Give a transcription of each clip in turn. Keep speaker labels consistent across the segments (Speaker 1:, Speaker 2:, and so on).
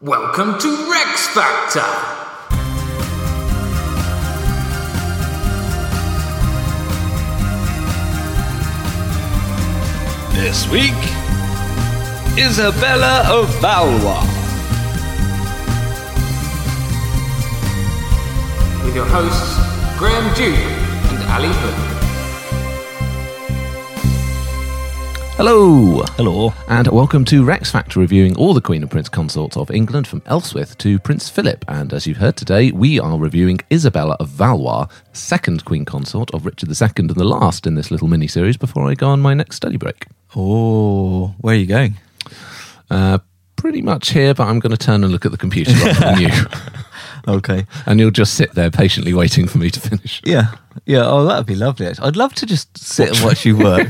Speaker 1: Welcome to Rex Factor!
Speaker 2: This week, Isabella of Valois.
Speaker 1: With your hosts, Graham Duke and Ali Hood.
Speaker 3: Hello,
Speaker 4: Hello.
Speaker 3: and welcome to Rex Factor reviewing all the Queen and Prince consorts of England from Elswith to Prince Philip. And as you've heard today, we are reviewing Isabella of Valois, second Queen consort of Richard II and the last in this little mini series before I go on my next study break.
Speaker 4: Oh, where are you going?
Speaker 3: Uh, pretty much here, but I'm going to turn and look at the computer rather than you.
Speaker 4: Okay.
Speaker 3: And you'll just sit there patiently waiting for me to finish.
Speaker 4: Yeah. Yeah. Oh, that'd be lovely. actually. I'd love to just sit and watch you work.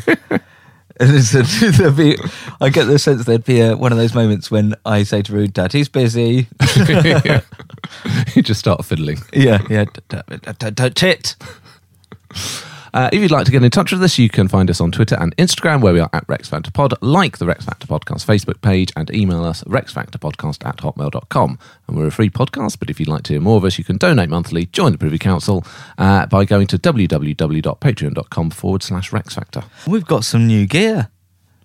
Speaker 4: And it's a- there'd be, I get the sense there'd be a, one of those moments when I say to Rude, Dad, he's busy.
Speaker 3: you just start fiddling.
Speaker 4: Yeah. Yeah. d- d- d- d- Don't tit.
Speaker 3: Uh, if you'd like to get in touch with us, you can find us on Twitter and Instagram, where we are at Rex Factor Pod, like the Rex Factor Podcast Facebook page, and email us rexfactorpodcast at hotmail.com. And we're a free podcast, but if you'd like to hear more of us, you can donate monthly, join the Privy Council uh, by going to www.patreon.com forward slash Rex Factor.
Speaker 4: We've got some new gear.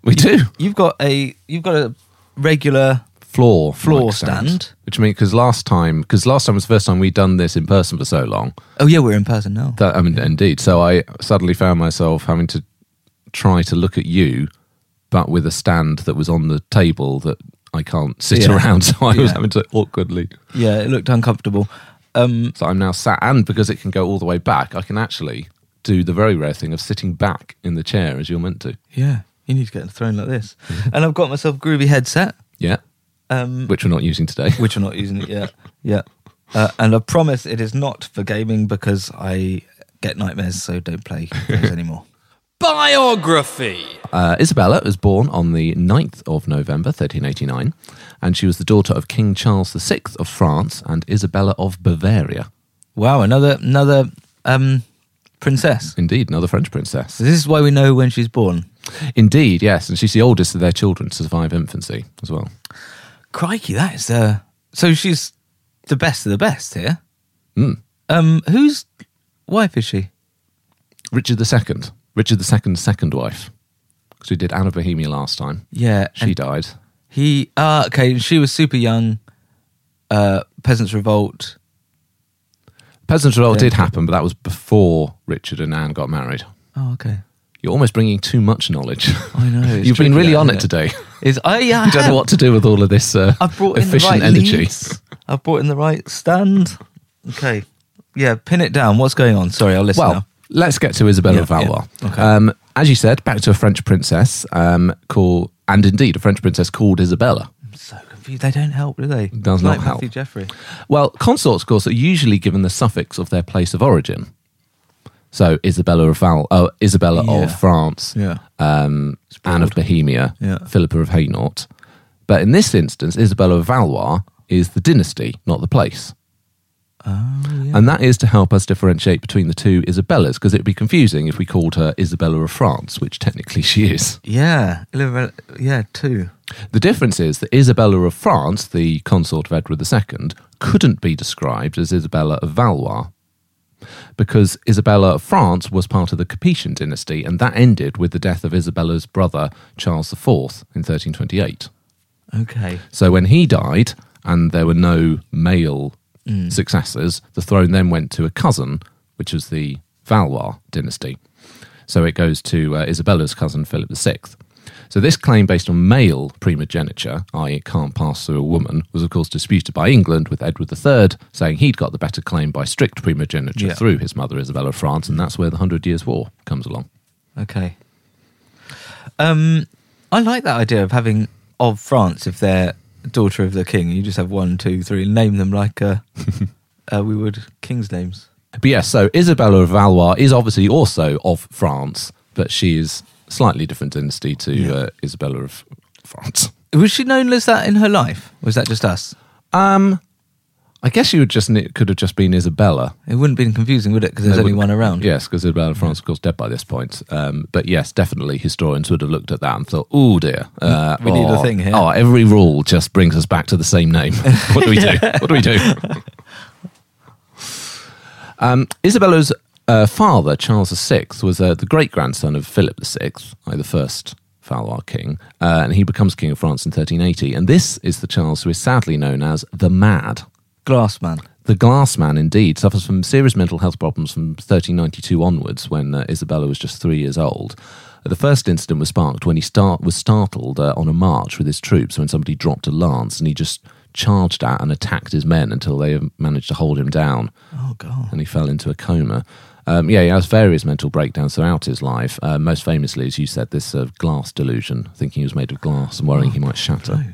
Speaker 3: We do.
Speaker 4: You've got a, you've got a regular.
Speaker 3: Floor.
Speaker 4: Floor
Speaker 3: mic stand.
Speaker 4: stand.
Speaker 3: Which means, because last time, because last time was the first time we'd done this in person for so long,
Speaker 4: Oh, yeah, we're in person now.
Speaker 3: That, I mean, indeed. So I suddenly found myself having to try to look at you, but with a stand that was on the table that I can't sit
Speaker 4: Yeah.
Speaker 3: around. So I was
Speaker 4: Yeah.
Speaker 3: having to awkwardly.
Speaker 4: Yeah. It looked uncomfortable. Um,
Speaker 3: So I'm now sat, and because it can go all the way back, I can actually do the very rare thing of sitting back in the chair as you're meant to.
Speaker 4: yeah. You need to get thrown like this. and I've got myself a groovy headset.
Speaker 3: Yeah.
Speaker 4: Um,
Speaker 3: Which we're not using today.
Speaker 4: which are not using it yet. Yeah. Uh, and I promise it is not for gaming because I get nightmares, so don't play games anymore.
Speaker 1: Biography!
Speaker 3: Uh, Isabella was born on the 9th of November 1389, and she was the daughter of King Charles VI of France and Isabella of Bavaria.
Speaker 4: Wow, another another um, princess.
Speaker 3: Indeed, another French princess.
Speaker 4: So this is why we know when she's born.
Speaker 3: Indeed, yes, and she's the oldest of their children to survive infancy as well.
Speaker 4: Crikey, that is uh so she's the best of the best here.
Speaker 3: Mm.
Speaker 4: Um, whose wife is she?
Speaker 3: Richard II, Richard II's second wife, because we did Anne of Bohemia last time.
Speaker 4: Yeah,
Speaker 3: She
Speaker 4: and
Speaker 3: died.
Speaker 4: He ah okay, and she was super young. Uh, peasants revolt.
Speaker 3: Peasants' Revolt
Speaker 4: Yeah.
Speaker 3: did happen, but that was before Richard and Anne got married.
Speaker 4: Oh, okay.
Speaker 3: You're almost bringing too much knowledge.
Speaker 4: I know, it's
Speaker 3: You've
Speaker 4: tricky,
Speaker 3: been really
Speaker 4: that,
Speaker 3: on
Speaker 4: isn't
Speaker 3: it today.
Speaker 4: Is I yeah,
Speaker 3: I don't know what to do with all of this uh,
Speaker 4: I've brought in
Speaker 3: efficient
Speaker 4: the right
Speaker 3: energy.
Speaker 4: leads. I've brought in the right stand. Okay. Yeah, pin it down. What's going on? Sorry, I'll listen
Speaker 3: Well,
Speaker 4: now.
Speaker 3: let's get to Isabella
Speaker 4: Yeah,
Speaker 3: of Valois.
Speaker 4: yeah. Okay.
Speaker 3: Um, as you said, back to a French princess um, called, and indeed a French princess called Isabella.
Speaker 4: I'm so confused. They don't help, do they?
Speaker 3: Does
Speaker 4: like
Speaker 3: not help.
Speaker 4: Matthew Jeffrey.
Speaker 3: Well, consorts, of course, are usually given the suffix of their place of origin. So Isabella of Val, oh, Isabella
Speaker 4: Yeah.
Speaker 3: of France,
Speaker 4: Yeah.
Speaker 3: um, Anne of Bohemia,
Speaker 4: Yeah.
Speaker 3: Philippa of Hainault. But in this instance, Isabella of Valois is the dynasty, not the place. And that is to help us differentiate between the two Isabellas, because it would be confusing if we called her Isabella of France, which technically she is.
Speaker 4: Yeah. Elizabeth- Yeah, two.
Speaker 3: The difference is that Isabella of France, the consort of Edward II, couldn't be described as Isabella of Valois because Isabella of France was part of the Capetian dynasty and that ended with the death of Isabella's brother Charles IV in 1328.
Speaker 4: Okay.
Speaker 3: So when he died and there were no male successors, the throne then went to a cousin, which was the Valois dynasty. So it goes to uh, Isabella's cousin, Philip VI. So this claim based on male primogeniture, i.e., it can't pass through a woman, was of course disputed by England with Edward III saying he'd got the better claim by strict primogeniture
Speaker 4: Yeah.
Speaker 3: through his mother Isabella of France, and that's where the Hundred Years' War comes along.
Speaker 4: Okay. Um, I like that idea of having of France if they're daughter of the king. You just have one, two, three, and name them like uh, uh, we would kings' names.
Speaker 3: But yes, so Isabella of Valois is obviously also of France, but she is slightly different dynasty to uh, Isabella of France.
Speaker 4: Was she known as that in her life? Or was that just us?
Speaker 3: Um, I guess you would just it could have just been Isabella.
Speaker 4: It wouldn't have been confusing, would it? Because there's
Speaker 3: They
Speaker 4: only
Speaker 3: wouldn't-
Speaker 4: one around.
Speaker 3: Yes, because Isabella of France, of course, dead by this point. Um, but yes, definitely historians would have looked at that and thought, oh dear. Uh,
Speaker 4: We need a
Speaker 3: oh,
Speaker 4: thing here."
Speaker 3: Oh, every rule just brings us back to the same name. What do we do? What do we do? um, Isabella's uh, father, Charles VI, was uh, the great grandson of Philip VI, uh, the first Valois king, uh, and he becomes king of France in 1380. And this is the Charles who is sadly known as the Mad.
Speaker 4: Glassman.
Speaker 3: The glass man indeed suffers from serious mental health problems from 1392 onwards when uh, Isabella was just three years old. The first incident was sparked when he start, was startled uh, on a march with his troops when somebody dropped a lance and he just charged at and attacked his men until they managed to hold him down
Speaker 4: Oh, God.
Speaker 3: and he fell into a coma. Um, yeah, he has various mental breakdowns throughout his life. Uh, most famously, as you said, this uh, glass delusion, thinking he was made of glass and worrying he might shatter.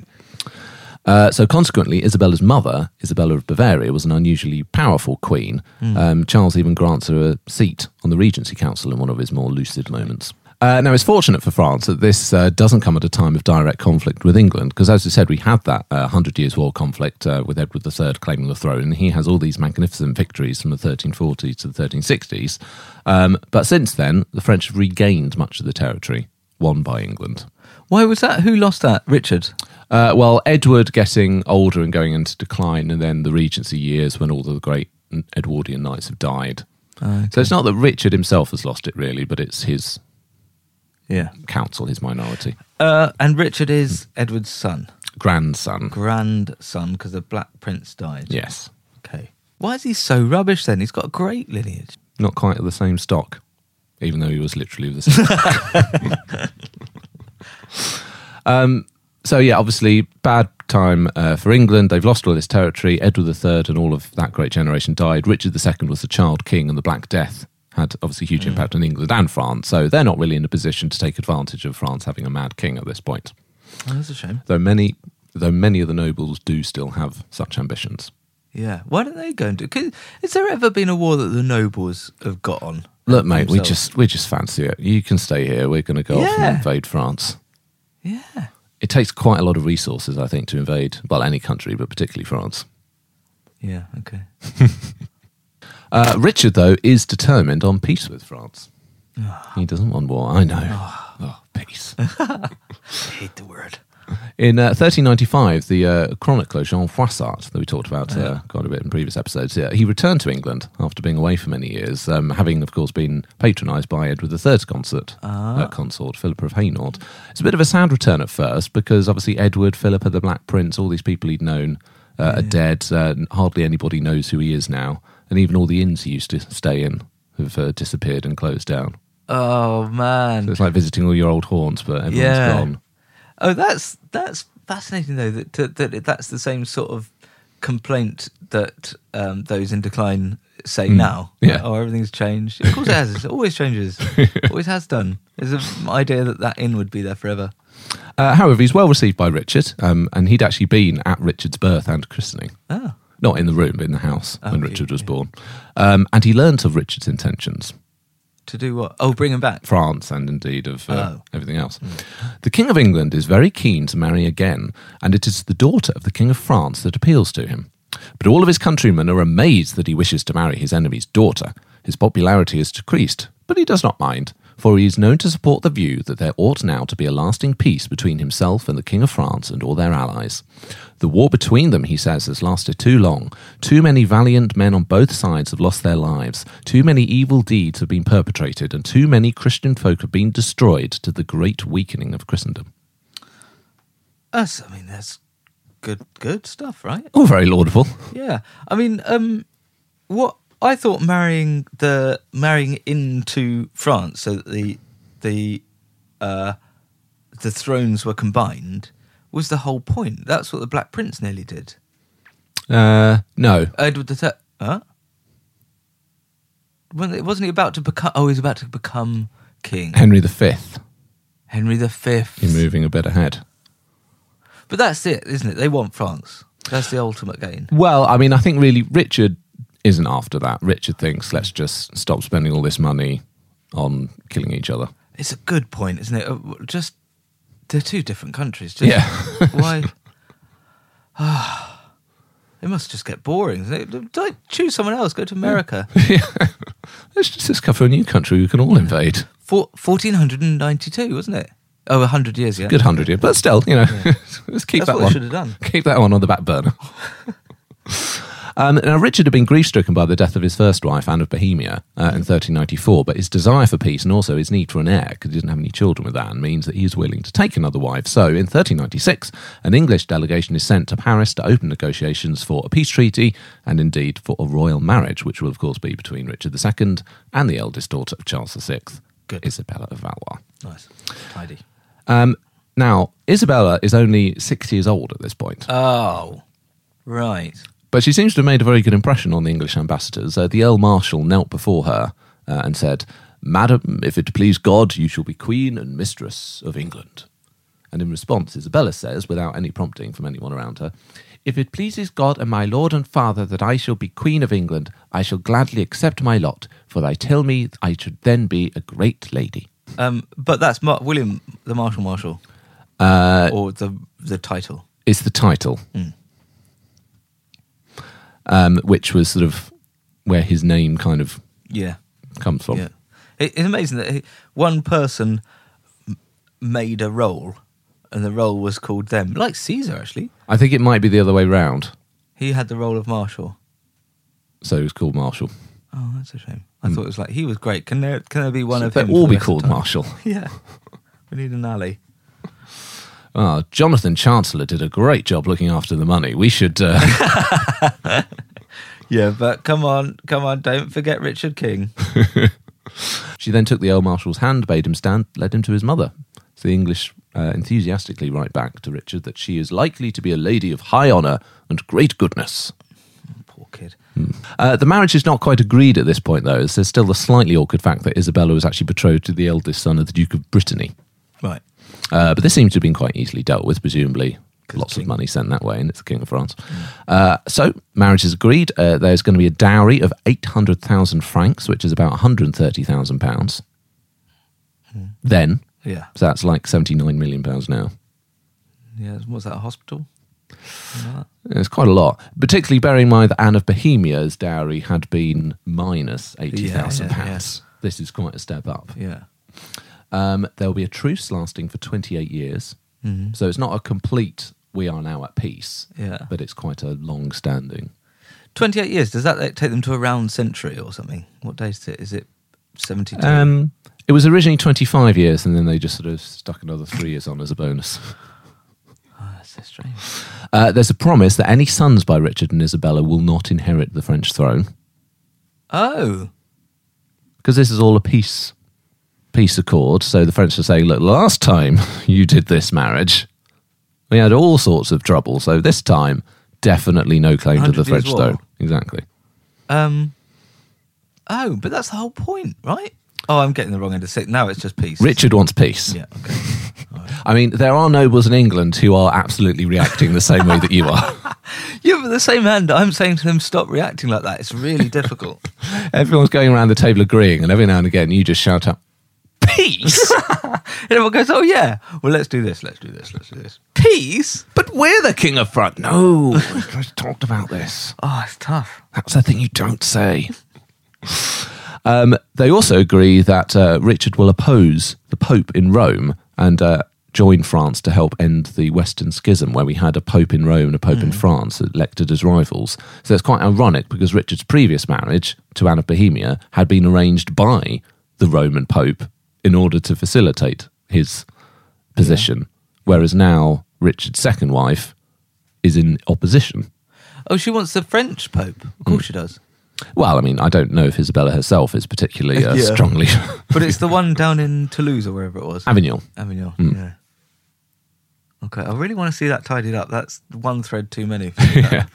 Speaker 3: Uh, so consequently, Isabella's mother, Isabella of Bavaria, was an unusually powerful queen. Um, Charles even grants her a seat on the Regency Council in one of his more lucid moments. Uh, now, it's fortunate for France that this uh, doesn't come at a time of direct conflict with England, because as we said, we had that uh, Hundred Years' War conflict uh, with Edward III claiming the throne, and he has all these magnificent victories from the 1340s to the 1360s. Um, but since then, the French have regained much of the territory won by England.
Speaker 4: Why was that? Who lost that? Richard.
Speaker 3: Uh, well, Edward getting older and going into decline, and then the Regency years when all the great Edwardian knights have died.
Speaker 4: Ah,
Speaker 3: So it's not that Richard himself has lost it, really, but it's his
Speaker 4: Yeah.
Speaker 3: council, his minority,
Speaker 4: Uh, and Richard is Edward's son,
Speaker 3: grandson.
Speaker 4: grandson, because the Black Prince died.
Speaker 3: Yes,
Speaker 4: Okay. Why is he so rubbish then? He's got a great lineage.
Speaker 3: not quite of the same stock, even though he was literally of the same. stock. um, Um, so yeah, obviously bad time uh, for England. They've lost all this territory. Edward III and all of that great generation died. Richard II was the child king, and the Black Death had obviously huge impact on England and France. So they're not really in a position to take advantage of France having a mad king at this point.
Speaker 4: Oh, that's a shame.
Speaker 3: Though many, though many of the nobles do still have such ambitions.
Speaker 4: Yeah. Why don't they go and do? 'cause Has there ever been a war that the nobles have got on?
Speaker 3: Look, mate, we
Speaker 4: Themselves.
Speaker 3: just we just fancy it. You can stay here. We're going to go off and
Speaker 4: Yeah.
Speaker 3: invade France.
Speaker 4: Yeah.
Speaker 3: It takes quite a lot of resources, I think, to invade well any country, but particularly France.
Speaker 4: Yeah. Okay.
Speaker 3: Uh, Richard, though, is determined on peace with France.
Speaker 4: Ah.
Speaker 3: he doesn't want war. I know. Oh, peace.
Speaker 4: I hate the word.
Speaker 3: In uh, 1395, the uh, chronicler Jean Froissart, that we talked about uh, quite a bit in previous episodes, yeah, he returned to England after being away for many years, um, having, of course, been patronised by Edward III's consort, uh, consort Philippa of Hainault. It's a bit of a sad return at first because obviously Edward, Philippa, the Black Prince, all these people he'd known uh, are dead. Uh, n- hardly anybody knows who he is now, and even all the inns he used to stay in have uh, disappeared and closed down.
Speaker 4: Oh
Speaker 3: So
Speaker 4: man.
Speaker 3: it's like visiting all your old haunts, but everyone's
Speaker 4: Yeah.
Speaker 3: gone.
Speaker 4: Oh, that's that's fascinating though. That that, that that's the same sort of complaint that um, those in decline say now.
Speaker 3: Hmm. Yeah.
Speaker 4: Oh, everything's changed. Of course it has. It always changes. always has done. There's an idea that that inn would be there forever.
Speaker 3: Uh, however, he's well received by Richard, um, and he'd actually been at Richard's birth and christening.
Speaker 4: Ah.
Speaker 3: Not in the room, but in the house when
Speaker 4: Okay,
Speaker 3: Richard was
Speaker 4: yeah.
Speaker 3: born. Um, and he learnt of Richard's intentions,
Speaker 4: To do what? Oh, bring him back.
Speaker 3: France, and indeed of uh,
Speaker 4: Oh.
Speaker 3: everything else. The King of England is very keen to marry again, and it is the daughter of the King of France that appeals to him. But all of his countrymen are amazed that he wishes to marry his enemy's daughter. His popularity has decreased, but he does not mind, for he is known to support the view that there ought now to be a lasting peace between himself and the King of France and all their allies. The war between them, he says, has lasted too long. Too many valiant men on both sides have lost their lives. Too many evil deeds have been perpetrated, and too many Christian folk have been destroyed to the great weakening of Christendom.
Speaker 4: us, I mean, that's good, good stuff, right?
Speaker 3: All Oh, very laudable.
Speaker 4: Yeah, I mean, um, what I thought marrying the marrying into France, so that the the uh, the thrones were combined, was the whole point. That's what the Black Prince nearly did.
Speaker 3: Uh, no.
Speaker 4: Edward the Third. Huh? Wasn't it- wasn't he about to become? Oh, he's about to become king.
Speaker 3: Henry V,
Speaker 4: Henry the Fifth.
Speaker 3: you're moving a bit ahead.
Speaker 4: But that's it, isn't it? They want France. That's the ultimate gain.
Speaker 3: Well, I mean, I think really Richard isn't after that. Richard thinks, let's just stop spending all this money on killing each other.
Speaker 4: It's a good point, isn't it? Uh, w- Just they're two different countries. Just,
Speaker 3: Yeah.
Speaker 4: why? it must just get boring. isn't it? Like, choose someone else. Go to America.
Speaker 3: Let's just discover a new country we can all invade.
Speaker 4: Four, 1492, wasn't it? Oh, 100 years, yeah.
Speaker 3: Good hundred year, but still, you know, let's
Speaker 4: That's what
Speaker 3: keep that
Speaker 4: they
Speaker 3: one.
Speaker 4: should have done.
Speaker 3: Keep that one on the back burner. Um, now, Richard had been grief-stricken by the death of his first wife, Anne of Bohemia, uh, in 1394, but his desire for peace and also his need for an heir, because he didn't have any children with Anne, means that he is willing to take another wife. So, in 1396, an English delegation is sent to Paris to open negotiations for a peace treaty and indeed for a royal marriage, which will, of course, be between Richard II and the eldest daughter of Charles VI,
Speaker 4: Good.
Speaker 3: Isabella of Valois.
Speaker 4: Nice. Tidy.
Speaker 3: Um, now, Isabella is only six years old at this point,
Speaker 4: Oh, right.
Speaker 3: but she seems to have made a very good impression on the English ambassadors. Uh, the Earl Marshal knelt before her uh, and said, Madam, if it please God, you shall be Queen and Mistress of England. And in response, Isabella says, without any prompting from anyone around her, If it pleases God and my Lord and Father that I shall be Queen of England, I shall gladly accept my lot, for they tell me I should then be a great lady.
Speaker 4: Um, but that's Mar- William the Marshal Marshal. Uh, or the the title.
Speaker 3: is the title, um, which was sort of where his name kind of
Speaker 4: Yeah.
Speaker 3: comes from.
Speaker 4: Yeah, it, it's amazing that he, one person m- made a role, and the role was called them. Like Caesar, actually,
Speaker 3: I think it might be the other way round.
Speaker 4: he had the role of marshal.
Speaker 3: So he was called Marshall.
Speaker 4: Oh, that's a shame. I thought it was like he was great. Can there can there be one
Speaker 3: Hmm. So
Speaker 4: of
Speaker 3: they'll
Speaker 4: him? for
Speaker 3: all
Speaker 4: the
Speaker 3: be
Speaker 4: rest of
Speaker 3: called
Speaker 4: time?
Speaker 3: Marshall.
Speaker 4: Yeah, we need an alley.
Speaker 3: Ah, Jonathan Chancellor did a great job looking after the money. We should. Uh,
Speaker 4: Yeah, but come on, come on, don't forget Richard King.
Speaker 3: she then took the Earl Marshal's hand, bade him stand, led him to his mother. So the English uh, enthusiastically write back to Richard that she is likely to be a lady of high honour and great goodness.
Speaker 4: Poor kid.
Speaker 3: Uh, the marriage is not quite agreed at this point, though, as there's still the slightly awkward fact that Isabella was actually betrothed to the eldest son of the Duke of Brittany.
Speaker 4: Right.
Speaker 3: Uh, but this seems to have been quite easily dealt with, presumably. Lots of money sent that way, and it's the King of France. Uh, so, marriage is agreed. Uh, there's going to be a dowry of 800,000 francs, which is about 130,000 pounds. Then,
Speaker 4: Yeah.
Speaker 3: so that's like 79 million pounds now.
Speaker 4: Yeah. Was that a hospital?
Speaker 3: It's quite a lot, particularly bearing in mind that Anne of Bohemia's dowry had been minus eighty thousand
Speaker 4: Yeah, yeah,
Speaker 3: pounds. This is quite a step up.
Speaker 4: Yeah.
Speaker 3: Um, there'll be a truce lasting for twenty-eight years, so it's not a complete. We are now at peace,
Speaker 4: Mm-hmm. Yeah.
Speaker 3: but it's quite a long-standing.
Speaker 4: Twenty-eight years. Does that like, take them to a round century or something? What date is it? Is it seventy-two?
Speaker 3: Um, it was originally twenty-five years, and then they just sort of stuck another three years on as a bonus.
Speaker 4: that's so strange.
Speaker 3: Uh, there's a promise that any sons by Richard and Isabella will not inherit the French throne.
Speaker 4: Oh.
Speaker 3: because this is all a peace peace accord. So the French are saying, look, last time you did this marriage, we had all sorts of trouble. So this time, definitely no claim to
Speaker 4: 100
Speaker 3: the
Speaker 4: years
Speaker 3: French
Speaker 4: war.
Speaker 3: throne. Exactly.
Speaker 4: Um. Oh, but that's the whole point, right? Oh, I'm getting the wrong end of six. Now it's just peace.
Speaker 3: Richard wants peace.
Speaker 4: Yeah. Okay.
Speaker 3: I mean, there are nobles in England who are absolutely reacting the same way that you are.
Speaker 4: yeah, but the same hand, I'm saying to them, stop reacting like that. It's really difficult.
Speaker 3: Everyone's going around the table agreeing, and every now and again you just shout out,
Speaker 4: Peace. and everyone goes, oh yeah. Well, let's do this. Let's do this. Let's do this. Peace.
Speaker 3: but we're the king of France. No, we've just talked about this.
Speaker 4: Oh, it's tough.
Speaker 3: That's the thing you don't say. um, they also agree that uh, Richard will oppose the Pope in Rome and uh, join France to help end the Western Schism, where we had a Pope in Rome and a Pope in France elected as rivals. So it's quite ironic because Richard's previous marriage to Anne of Bohemia had been arranged by the Roman Pope in order to facilitate his position, whereas now Richard's second wife, is in opposition.
Speaker 4: Oh, she wants the French Pope. Of
Speaker 3: Mm.
Speaker 4: course she does.
Speaker 3: Well, I mean, I don't know if Isabella herself is particularly uh,
Speaker 4: Yeah.
Speaker 3: strongly
Speaker 4: But it's the one down in Toulouse or wherever it was.
Speaker 3: Avignon. Mm.
Speaker 4: Avignon. Yeah. Okay, I really want to see that tidied up. That's one thread too many.
Speaker 3: Yeah.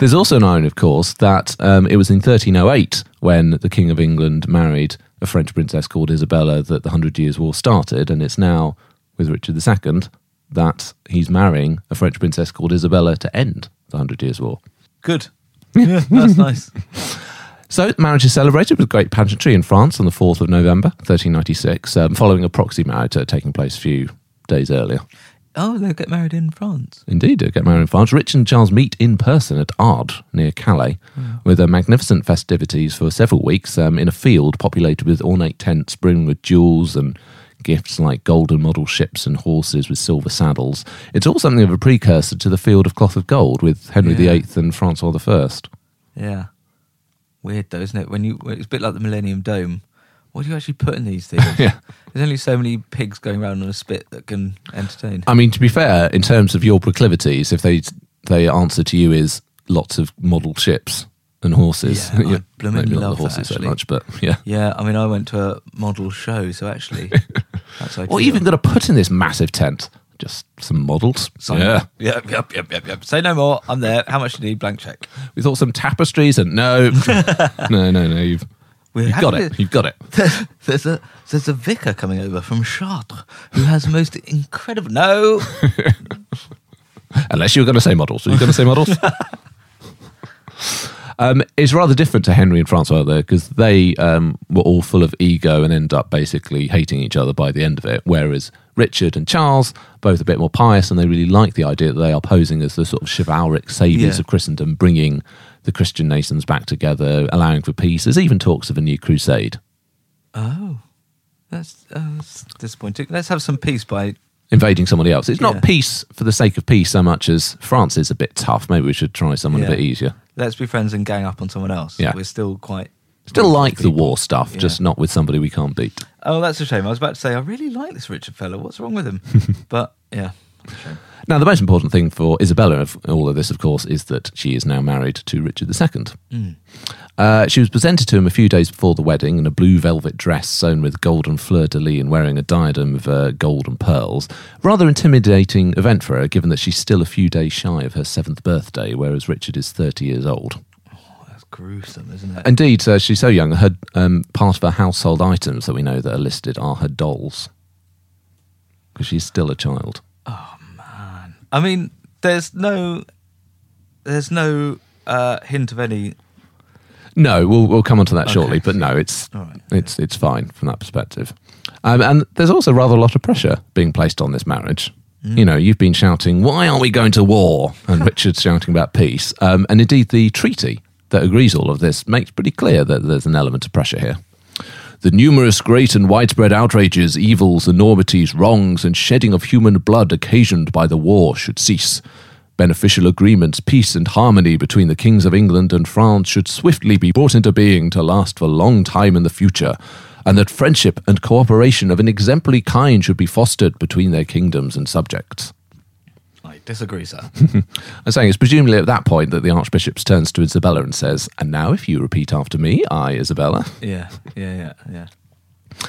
Speaker 3: There's also an irony, of course, that um, it was in 1308 when the King of England married a French princess called Isabella that the Hundred Years' War started, and it's now with Richard II that he's marrying a French princess called Isabella to end the Hundred Years' War.
Speaker 4: Good. Yeah, that's nice.
Speaker 3: So the marriage is celebrated with great pageantry in France on the 4th of November 1396, um, following a proxy marriage that had taken place a few days earlier.
Speaker 4: Oh, they'll get married in France.
Speaker 3: Indeed, they get married in France. Rich and Charles meet in person at Ard near Calais, with uh, magnificent festivities for several weeks um, in a field populated with ornate tents brimming with jewels and gifts like golden model ships and horses with silver saddles. It's all something of a precursor to the field of cloth of gold with Henry
Speaker 4: Yeah.
Speaker 3: VIII and Francois I.
Speaker 4: Yeah. Weird though, isn't it? When you, it's a bit like the Millennium Dome. What do you actually put in these things?
Speaker 3: Yeah.
Speaker 4: There's only so many pigs going around on a spit that can entertain.
Speaker 3: I mean, to be fair, in terms of your proclivities, if they they answer to you is lots of model ships and horses,
Speaker 4: Yeah, I blooming
Speaker 3: maybe not
Speaker 4: love
Speaker 3: the
Speaker 4: that,
Speaker 3: horses so
Speaker 4: actually.
Speaker 3: much, but yeah.
Speaker 4: yeah, I mean, I went to a model show, so actually, that's ideal.
Speaker 3: What are you even going to put in this massive tent? Just some models. Yeah.
Speaker 4: Yep, yep, yep, yep, yep. Say no more. I'm there. How much do you need? Blank check.
Speaker 3: We thought some tapestries and no. no, no, no. You've,
Speaker 4: We're
Speaker 3: you've got
Speaker 4: having
Speaker 3: it.
Speaker 4: a-
Speaker 3: You've got it.
Speaker 4: there's a there's a vicar coming over from Chartres who has the most incredible. No,
Speaker 3: Unless you were going to say models. Are you going to say models? um, it's rather different to Henry and Francois, though, because they um, were all full of ego and end up basically hating each other by the end of it. Whereas Richard and Charles, both a bit more pious, and they really like the idea that they are posing as the sort of chivalric saviors
Speaker 4: Yeah.
Speaker 3: of Christendom, bringing the Christian nations back together, allowing for peace. There's even talks of a new crusade.
Speaker 4: oh, that's, uh, that's disappointing. Let's have some peace by.
Speaker 3: invading somebody else. It's not
Speaker 4: Yeah.
Speaker 3: peace for the sake of peace so much as France is a bit tough. Maybe we should try someone
Speaker 4: Yeah.
Speaker 3: a bit easier.
Speaker 4: Let's be friends and gang up on someone else.
Speaker 3: Yeah.
Speaker 4: we're still quite.
Speaker 3: Still like the
Speaker 4: people.
Speaker 3: war stuff,
Speaker 4: Yeah.
Speaker 3: just not with somebody we can't beat.
Speaker 4: Oh, that's a shame. I was about to say I really like this Richard fellow. What's wrong with him? but yeah,
Speaker 3: Now, the most important thing for Isabella of all of this, of course, is that she is now married to Richard II.
Speaker 4: Hmm.
Speaker 3: Uh, she was presented to him a few days before the wedding in a blue velvet dress sewn with golden fleur de lis and wearing a diadem of uh, gold and pearls. Rather intimidating event for her, given that she's still a few days shy of her seventh birthday, whereas Richard is 30 years old.
Speaker 4: that's gruesome, isn't it?
Speaker 3: Indeed, uh, she's so young. Her um, part of her household items that we know that are listed are her dolls, because she's still a child.
Speaker 4: I mean, there's no, there's no uh, hint of any.
Speaker 3: No, we'll we'll come onto that shortly. But no, it's
Speaker 4: All right.
Speaker 3: it's it's fine from that perspective. Um, and there's also rather a lot of pressure being placed on this marriage.
Speaker 4: Mm.
Speaker 3: You know, you've been shouting, "Why aren't we going to war?" and Richard's shouting about peace. Um, and indeed, the treaty that agrees all of this makes pretty clear that there's an element of pressure here. The numerous great and widespread outrages, evils, enormities, wrongs, and shedding of human blood occasioned by the war should cease. Beneficial agreements, peace, and harmony between the kings of England and France should swiftly be brought into being to last for a long time in the future, and that friendship and cooperation of an exemplary kind should be fostered between their kingdoms and subjects.
Speaker 4: I disagree, sir.
Speaker 3: I'm saying it's presumably at that point that the Archbishop turns to Isabella and says, And now, if you repeat after me, I, Isabella.
Speaker 4: yeah, yeah, yeah, yeah.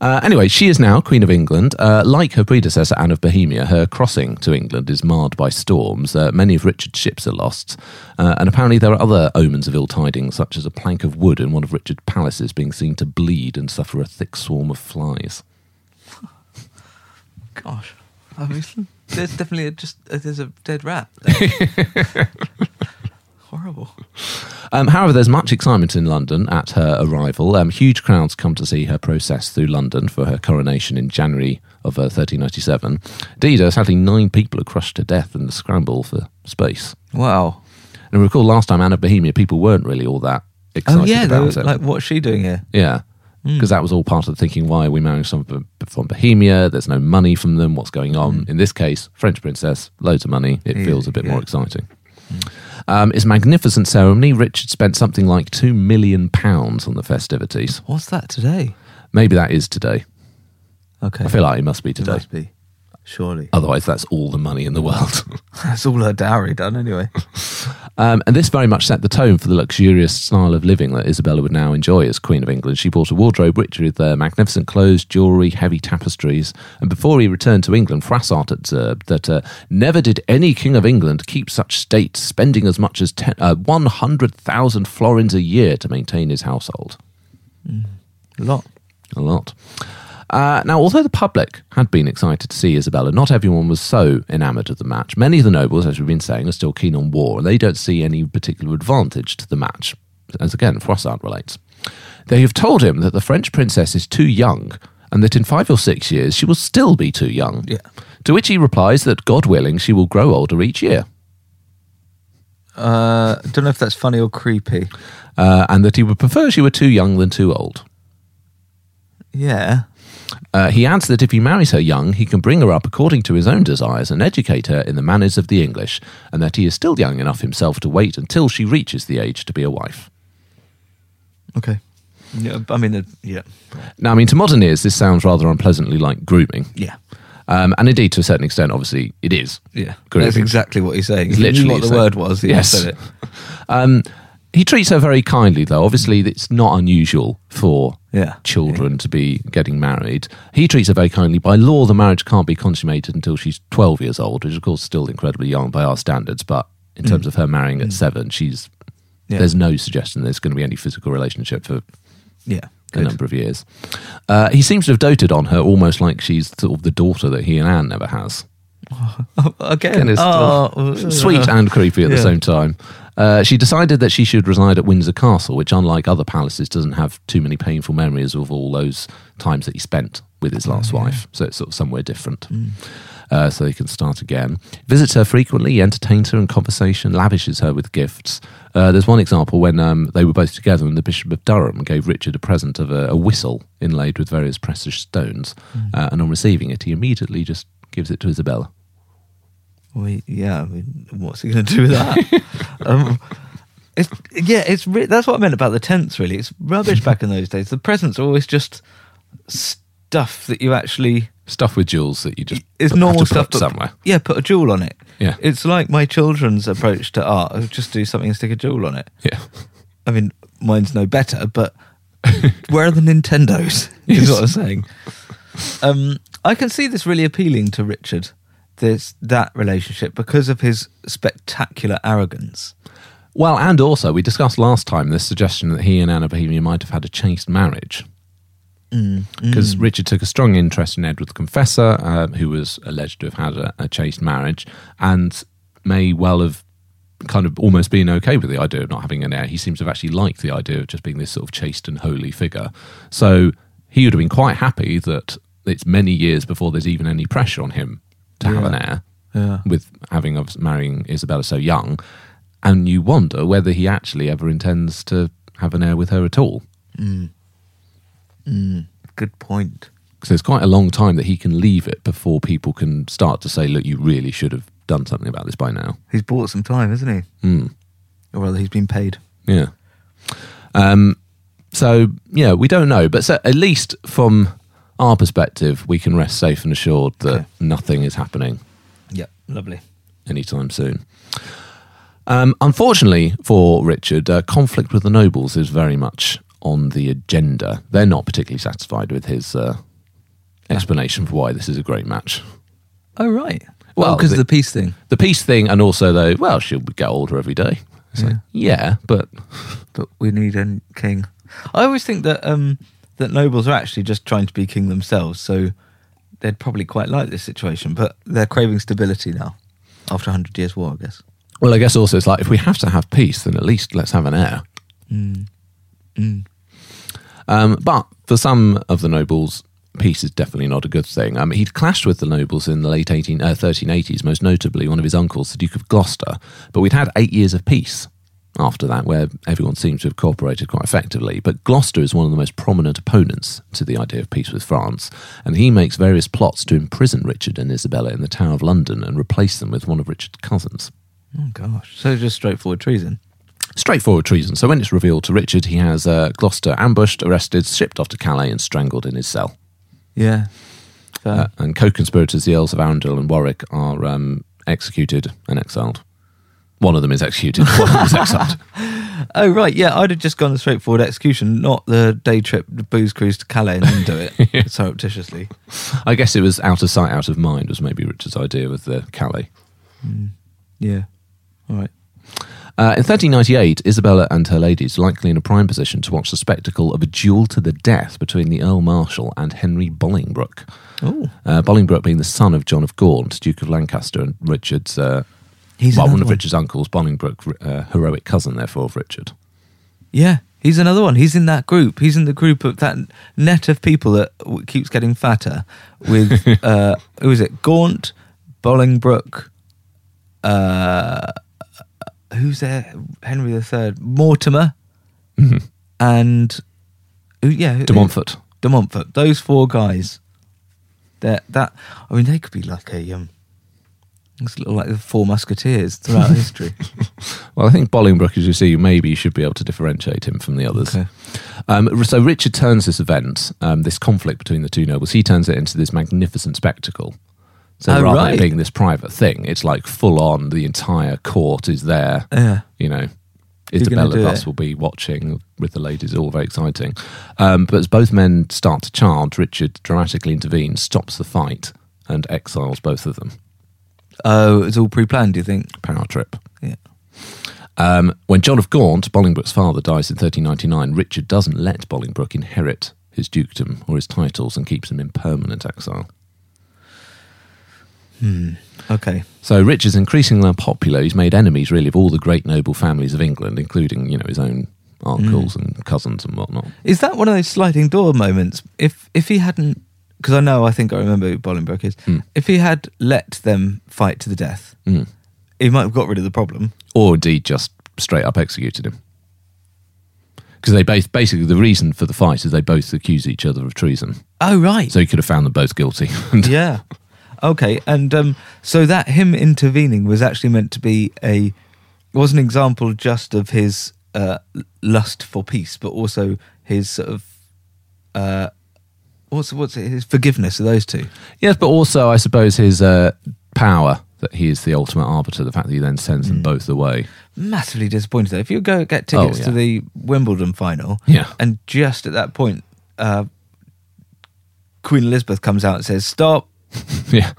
Speaker 3: Uh, anyway, she is now Queen of England. Uh, like her predecessor, Anne of Bohemia, her crossing to England is marred by storms. Uh, many of Richard's ships are lost. Uh, and apparently, there are other omens of ill tidings, such as a plank of wood in one of Richard's palaces being seen to bleed and suffer a thick swarm of flies.
Speaker 4: Gosh, I mean, there's definitely a, just uh, there's a dead rat. Horrible.
Speaker 3: Um, however, there's much excitement in London at her arrival. Um, huge crowds come to see her process through London for her coronation in January of uh, 1397. Indeed, uh, sadly, nine people are crushed to death in the scramble for space.
Speaker 4: Wow.
Speaker 3: And I recall last time Anne of Bohemia, people weren't really all that excited
Speaker 4: oh yeah, they were
Speaker 3: about it.
Speaker 4: like Hmm. what's she doing here?
Speaker 3: yeah. Because that was all part of thinking, why are we marrying someone from- from Bohemia? There's no money from them. What's going on? In this case, French princess, loads of money. It
Speaker 4: Hmm. Yeah,
Speaker 3: feels a bit
Speaker 4: yeah. Hmm.
Speaker 3: more exciting. Um, it's a magnificent ceremony. Richard spent something like £2 million pounds on the festivities.
Speaker 4: What's that today?
Speaker 3: Maybe that is today.
Speaker 4: Okay,
Speaker 3: I feel like it must be
Speaker 4: it
Speaker 3: today.
Speaker 4: must be. Surely.
Speaker 3: Otherwise, that's all the money in the world.
Speaker 4: That's all her dowry done anyway.
Speaker 3: Um, and this very much set the tone for the luxurious style of living that Isabella would now enjoy as Queen of England. She bought a wardrobe rich with uh, magnificent clothes, jewellery, heavy tapestries. And before he returned to England, Froissart observed that uh, never did any King of England keep such state, spending as much as 10, uh, 100,000 florins a year to maintain his household.
Speaker 4: A lot.
Speaker 3: A lot. Uh, now, although the public had been excited to see Isabella, not everyone was so enamoured of the match. Many of the nobles, as we've been saying, are still keen on war, and they don't see any particular advantage to the match, as again Froissart relates. They have told him that the French princess is too young, and that in five or six years she will still be too young.
Speaker 4: Yeah.
Speaker 3: To which he replies that, God willing, she will grow older each year.
Speaker 4: Uh, don't know if that's funny or creepy.
Speaker 3: Uh, and that he would prefer she were too young than too old.
Speaker 4: Yeah.
Speaker 3: Uh, he adds that if he marries her young, he can bring her up according to his own desires and educate her in the manners of the English, and that he is still young enough himself to wait until she reaches the age to be a wife.
Speaker 4: Okay. Yeah, I mean, the, yeah.
Speaker 3: Now, I mean, to modern ears, this sounds rather unpleasantly like grooming.
Speaker 4: Yeah.
Speaker 3: Um, and indeed, to a certain extent, obviously, it is.
Speaker 4: Yeah.
Speaker 3: Grooming.
Speaker 4: That's exactly what he's saying.
Speaker 3: It's
Speaker 4: He knew
Speaker 3: literally
Speaker 4: what the
Speaker 3: saying-
Speaker 4: word was. He
Speaker 3: Yes.
Speaker 4: said it.
Speaker 3: Um, he treats her very kindly, though. Obviously, it's not unusual for
Speaker 4: Yeah.
Speaker 3: children to be getting married. He treats her very kindly. By law, the marriage can't be consummated until she's 12 years old, which, of course, is still incredibly young by our standards. But in terms of her marrying at seven, she's
Speaker 4: Yeah.
Speaker 3: there's no suggestion there's going to be any physical relationship for
Speaker 4: Yeah.
Speaker 3: a
Speaker 4: Good.
Speaker 3: number of years. Uh, he seems to have doted on her almost like she's sort of the daughter that he and Anne never has.
Speaker 4: Again,
Speaker 3: Again, it's
Speaker 4: oh, uh,
Speaker 3: sweet and creepy at the
Speaker 4: Yeah.
Speaker 3: same time. Uh, she decided that she should reside at Windsor Castle, which, unlike other palaces, doesn't have too many painful memories of all those times that he spent with his last wife. So it's sort of somewhere different.
Speaker 4: Mm.
Speaker 3: Uh, so they can start again. Visits her frequently, entertains her in conversation, lavishes her with gifts. Uh, there's one example when um, they were both together, and the Bishop of Durham gave Richard a present of a, a whistle inlaid with various precious stones.
Speaker 4: Mm.
Speaker 3: Uh, and on receiving it, he immediately just gives it to Isabella.
Speaker 4: We, yeah, I mean, what's he going to do with that? um, it's yeah, it's re- that's what I meant about the tents. Really, it's rubbish back in those days. The presents are always just stuff that you actually
Speaker 3: stuff with jewels that you just
Speaker 4: is
Speaker 3: put-
Speaker 4: normal
Speaker 3: have to
Speaker 4: stuff.
Speaker 3: put
Speaker 4: but-
Speaker 3: somewhere.
Speaker 4: yeah, put a jewel on it.
Speaker 3: Yeah.
Speaker 4: it's like my children's approach to art: I just do something and stick a jewel on it.
Speaker 3: Yeah,
Speaker 4: I mean, mine's no better, but where are the Nintendos?
Speaker 3: Yes.
Speaker 4: Is what I'm saying. Um, I can see this really appealing to Richard, this that relationship because of his spectacular arrogance.
Speaker 3: Well, and also we discussed last time this suggestion that he and Anna Bohemia might have had a chaste marriage.
Speaker 4: Mm.
Speaker 3: Because Richard took a strong interest in Edward the Confessor, um, who was alleged to have had a, a chaste marriage, and may well have kind of almost been okay with the idea of not having an heir. He seems to have actually liked the idea of just being this sort of chaste and holy figure. So he would have been quite happy that it's many years before there's even any pressure on him to have an heir.
Speaker 4: Yeah.
Speaker 3: with having of marrying Isabella so young, and you wonder whether he actually ever intends to have an heir with her at all.
Speaker 4: Good point.
Speaker 3: Because there's quite a long time that he can leave it before people can start to say, "Look, you really should have done something about this by now."
Speaker 4: He's bought some time, hasn't he?
Speaker 3: Mm.
Speaker 4: Or rather, he's been paid.
Speaker 3: Yeah. Um. So yeah, we don't know, but so at least from our perspective, we can rest safe and assured that
Speaker 4: Okay.
Speaker 3: nothing is happening
Speaker 4: Yep, lovely.
Speaker 3: anytime soon. Um, unfortunately for Richard, uh, conflict with the nobles is very much on the agenda. They're not particularly satisfied with his uh, explanation for why this is a great match.
Speaker 4: Oh right.
Speaker 3: Well,
Speaker 4: Well, because
Speaker 3: the-
Speaker 4: of the peace thing,
Speaker 3: The peace thing, and also though, well, she'll get older every day. It's like, yeah, but
Speaker 4: but we need a king. I always think that um, that nobles are actually just trying to be king themselves, so they'd probably quite like this situation. But they're craving stability now, after hundred years war, I guess.
Speaker 3: well, I guess also it's like if we have to have peace, then at least let's have an heir. Um, but for some of the nobles, peace is definitely not a good thing. Um, he'd clashed with the nobles in the late 18, uh, 1380s, most notably one of his uncles, the Duke of Gloucester. But we'd had eight years of peace after that, where everyone seems to have cooperated quite effectively. But Gloucester is one of the most prominent opponents to the idea of peace with France, and he makes various plots to imprison Richard and Isabella in the Tower of London and replace them with one of Richard's cousins
Speaker 4: Oh gosh, so just straightforward treason.
Speaker 3: straightforward treason. So when it's revealed to Richard, he has uh, Gloucester ambushed, arrested, shipped off to Calais, and strangled in his cell.
Speaker 4: Yeah, Fair.
Speaker 3: Uh, and co conspirators, the Earls of Arundel and Warwick, are um, executed and exiled. One of them is executed, one of them is exiled.
Speaker 4: Oh right, yeah, I'd have just gone the straightforward execution, not the day trip, the booze cruise to Calais and then do it surreptitiously.
Speaker 3: I guess it was out of sight, out of mind, was maybe Richard's idea with the Calais.
Speaker 4: Yeah. All right.
Speaker 3: Uh, in 1398, Isabella and her ladies, likely in a prime position to watch the spectacle of a duel to the death between the Earl Marshal and Henry Bolingbroke.
Speaker 4: Oh,
Speaker 3: Uh, Bolingbroke being the son of John of Gaunt, Duke of Lancaster, and Richard's, uh,
Speaker 4: he's
Speaker 3: well,
Speaker 4: another
Speaker 3: one of Richard's uncles, Bolingbroke, uh, heroic cousin, therefore, of Richard.
Speaker 4: Yeah, he's another one. He's in that group. He's in the group of that net of people that w- keeps getting fatter. With uh, who is it? Gaunt, Bolingbroke. Uh, who's there? Henry III, Mortimer, and who, yeah, who-
Speaker 3: De Montfort.
Speaker 4: De Montfort. Those four guys. That that I mean, they could be like a um. It's a little like the Four Musketeers throughout history.
Speaker 3: Well, I think Bolingbroke, as you see, maybe you should be able to differentiate him from the others.
Speaker 4: Okay.
Speaker 3: Um, so Richard turns this event, um, this conflict between the two nobles, he turns it into this magnificent spectacle. So
Speaker 4: Oh,
Speaker 3: rather than
Speaker 4: right.
Speaker 3: it being this private thing, it's like full on. The entire court is there.
Speaker 4: Yeah.
Speaker 3: You know,
Speaker 4: You're gonna
Speaker 3: Isabella
Speaker 4: do
Speaker 3: thus
Speaker 4: it.
Speaker 3: will be watching with the ladies. All very exciting. Um, but as both men start to charge, Richard dramatically intervenes, stops the fight, and exiles both of them.
Speaker 4: Oh, it's all pre-planned. Do you think?
Speaker 3: Power trip.
Speaker 4: Yeah.
Speaker 3: Um, when John of Gaunt, Bolingbroke's father, dies in 1399, Richard doesn't let Bolingbroke inherit his dukedom or his titles and keeps him in permanent exile.
Speaker 4: Okay.
Speaker 3: So Richard's increasingly unpopular. He's made enemies, really, of all the great noble families of England, including, you know, his own uncles
Speaker 4: Mm.
Speaker 3: and cousins and whatnot.
Speaker 4: Is that one of those sliding door moments? If if he hadn't, because I know I think I remember who Bolingbroke is. If he had let them fight to the death, he might have got rid of the problem.
Speaker 3: Or indeed just straight up executed him. Because they both, basically, the reason for the fight is they both accuse each other of treason.
Speaker 4: Oh right,
Speaker 3: So he could have found them both guilty. And
Speaker 4: yeah, okay. And um, so that him intervening was actually meant to be a was an example just of his uh, lust for peace, but also his sort of uh, what's what's it, his forgiveness of those two.
Speaker 3: Yes, but also I suppose his uh, power that he is the ultimate arbiter. The fact that he then sends
Speaker 4: Mm.
Speaker 3: them both away.
Speaker 4: massively disappointed though. If you go get tickets
Speaker 3: Oh, yeah.
Speaker 4: to the Wimbledon final,
Speaker 3: Yeah.
Speaker 4: and just at that point, uh, Queen Elizabeth comes out and says, "Stop."
Speaker 3: yeah,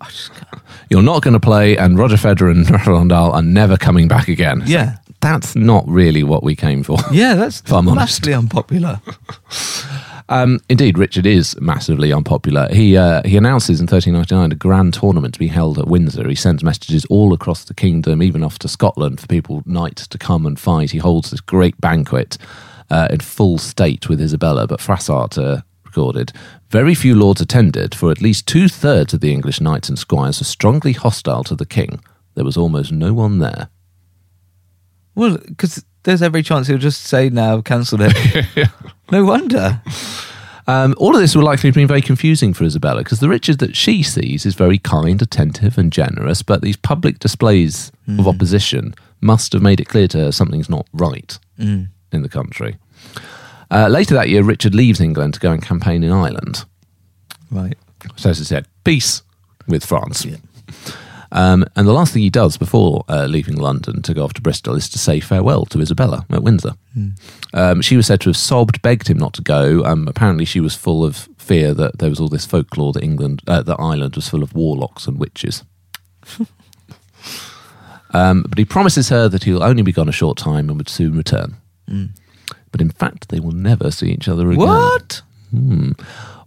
Speaker 4: I just can't-
Speaker 3: you're not going to play, and Roger Federer and Rafael Nadal are never coming back again.
Speaker 4: Yeah,
Speaker 3: that's not really what we came for.
Speaker 4: yeah, that's
Speaker 3: If I'm honest.
Speaker 4: massively unpopular.
Speaker 3: Um, indeed, Richard is massively unpopular. He uh, he announces in 1399 a grand tournament to be held at Windsor. He sends messages all across the kingdom, even off to Scotland, for people knights to come and fight. He holds this great banquet uh, in full state with Isabella, but Frassart uh, recorded very few lords attended, for at least two thirds of the English knights and squires were strongly hostile to the king. There was almost no one there.
Speaker 4: Well, because there's every chance he'll just say now cancelled it. No wonder.
Speaker 3: Um, all of this will likely have been very confusing for Isabella because the Richard that she sees is very kind, attentive, and generous, but these public displays of opposition must have made it clear to her something's not right in the country. Uh, later that year, Richard leaves England to go and campaign in Ireland.
Speaker 4: Right.
Speaker 3: So, as I said, peace with France. Um, and the last thing he does before uh, leaving London to go off to Bristol is to say farewell to Isabella at Windsor. Um, she was said to have sobbed, begged him not to go. Um, apparently, she was full of fear that there was all this folklore that England, uh, that Ireland was full of warlocks and witches. um, but he promises her that he'll only be gone a short time and would soon return. But in fact, they will never see each other again.
Speaker 4: What?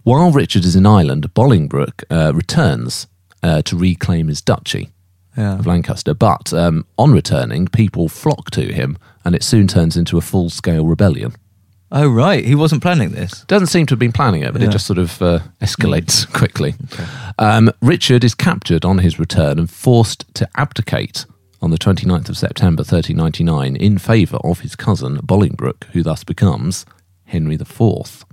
Speaker 3: While Richard is in Ireland, Bolingbroke uh, returns uh, to reclaim his duchy
Speaker 4: Yeah.
Speaker 3: of Lancaster. But um, on returning, people flock to him, and it soon turns into a full scale rebellion.
Speaker 4: Oh right, he wasn't planning this.
Speaker 3: Doesn't seem to have been planning it, but
Speaker 4: Yeah.
Speaker 3: it just sort of uh, escalates quickly. Um, Richard is captured on his return and forced to abdicate on the 29th of September 1399 in favour of his cousin Bolingbroke, who thus becomes Henry IV.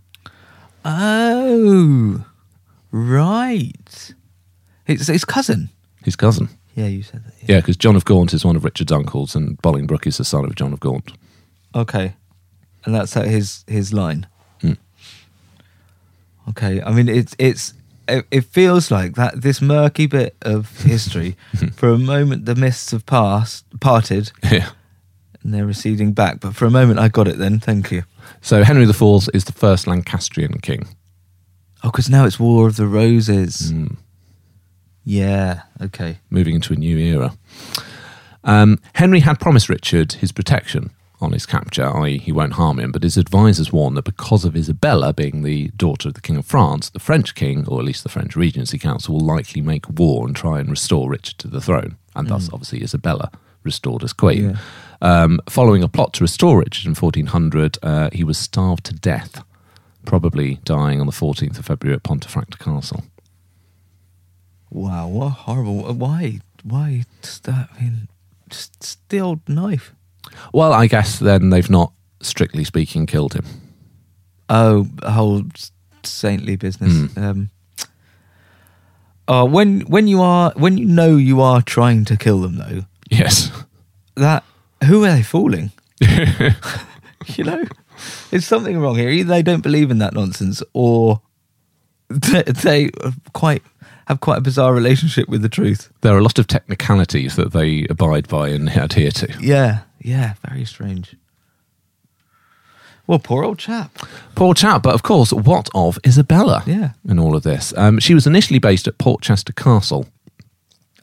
Speaker 4: Oh, right. It's his cousin.
Speaker 3: His cousin.
Speaker 4: Yeah, you said that. yeah.
Speaker 3: Yeah, because John of Gaunt is one of Richard's uncles, and Bolingbroke is the son of John of Gaunt.
Speaker 4: Okay, and that's uh, his his line. Okay, I mean it's it's it, it feels like that this murky bit of history, for a moment the mists have passed, parted,
Speaker 3: Yeah.
Speaker 4: and they're receding back. But for a moment, I got it. Then, thank you.
Speaker 3: So Henry IV is the first Lancastrian king.
Speaker 4: Oh, because now it's War of the Roses. Yeah. Okay.
Speaker 3: moving into a new era. Um, Henry had promised Richard his protection on his capture, i.e., he won't harm him, but his advisors warn that because of Isabella being the daughter of the King of France, the French king, or at least the French Regency Council, will likely make war and try and restore Richard to the throne, and thus, obviously, Isabella restored as queen.
Speaker 4: Yeah.
Speaker 3: Um, following a plot to restore Richard in 1400, uh, he was starved to death, probably dying on the 14th of February at Pontefract Castle.
Speaker 4: Wow. What a horrible. uh, Why? Why? Just, I mean, just, just the old knife.
Speaker 3: Well, I guess then they've not, strictly speaking, killed him.
Speaker 4: Oh, a whole s- saintly business. Um, oh, when when you are when you know you are trying to kill them though,
Speaker 3: Yes.
Speaker 4: that who are they fooling? you know, it's something wrong here. Either they don't believe in that nonsense, or they, they are quite have quite a bizarre relationship with the truth.
Speaker 3: There are a lot of technicalities that they abide by and adhere to.
Speaker 4: Yeah, yeah, very strange. Well, poor old chap.
Speaker 3: Poor chap, but of course, what of Isabella
Speaker 4: Yeah.
Speaker 3: in all of this? Um, she was initially based at Portchester Castle,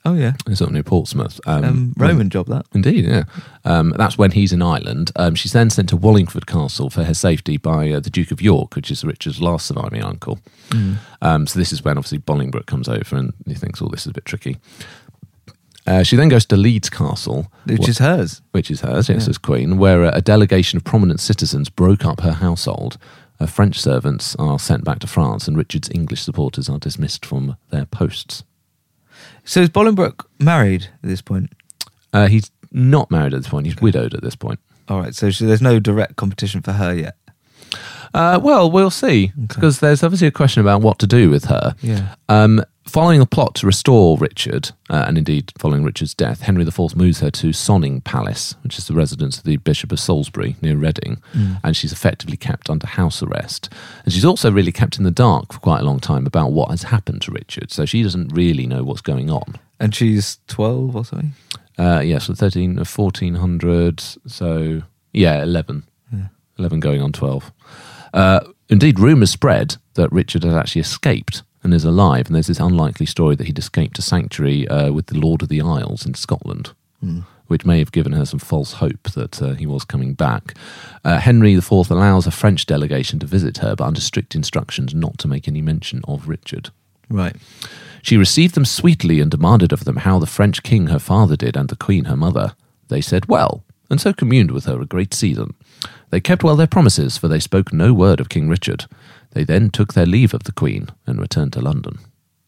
Speaker 4: Oh yeah,
Speaker 3: it's up near Portsmouth.
Speaker 4: um, Roman job that.
Speaker 3: Indeed, yeah. Um, that's when he's in Ireland. Um, she's then sent to Wallingford Castle for her safety by uh, the Duke of York, which is Richard's last surviving uncle.
Speaker 4: Mm.
Speaker 3: Um, so this is when obviously Bolingbroke comes over and he thinks all this is a bit tricky. Uh, she then goes to Leeds Castle,
Speaker 4: Which
Speaker 3: wh-
Speaker 4: is hers.
Speaker 3: which is hers, yes, as Queen, where uh, a delegation of prominent citizens broke up her household. Her French servants are sent back to France, and Richard's English supporters are dismissed from their posts.
Speaker 4: So is Bolingbroke married at this point?
Speaker 3: Uh, he's not married at this point; he's widowed at this point.
Speaker 4: All right, so she, there's no direct competition for her yet.
Speaker 3: Uh, well, we'll see, because there's obviously a question about what to do with her.
Speaker 4: Yeah.
Speaker 3: Um, following a plot to restore Richard, uh, and indeed following Richard's death, Henry IV moves her to Sonning Palace, which is the residence of the Bishop of Salisbury near Reading, and she's effectively kept under house arrest. And she's also really kept in the dark for quite a long time about what has happened to Richard, so she doesn't really know what's going on.
Speaker 4: And she's 12 or something?
Speaker 3: Uh, yeah, so 13, uh, 1400, so yeah, 11. 11 going on 12. Uh, indeed, rumours spread that Richard had actually escaped and is alive, and there's this unlikely story that he'd escaped a sanctuary uh, with the Lord of the Isles in Scotland. Which may have given her some false hope that uh, he was coming back. Uh, Henry IV allows a French delegation to visit her, but under strict instructions not to make any mention of Richard.
Speaker 4: Right.
Speaker 3: She received them sweetly and demanded of them how the French king her father did and the queen her mother. They said well, and so communed with her a great season. They kept well their promises, for they spoke no word of King Richard. They then took their leave of the queen and returned to London.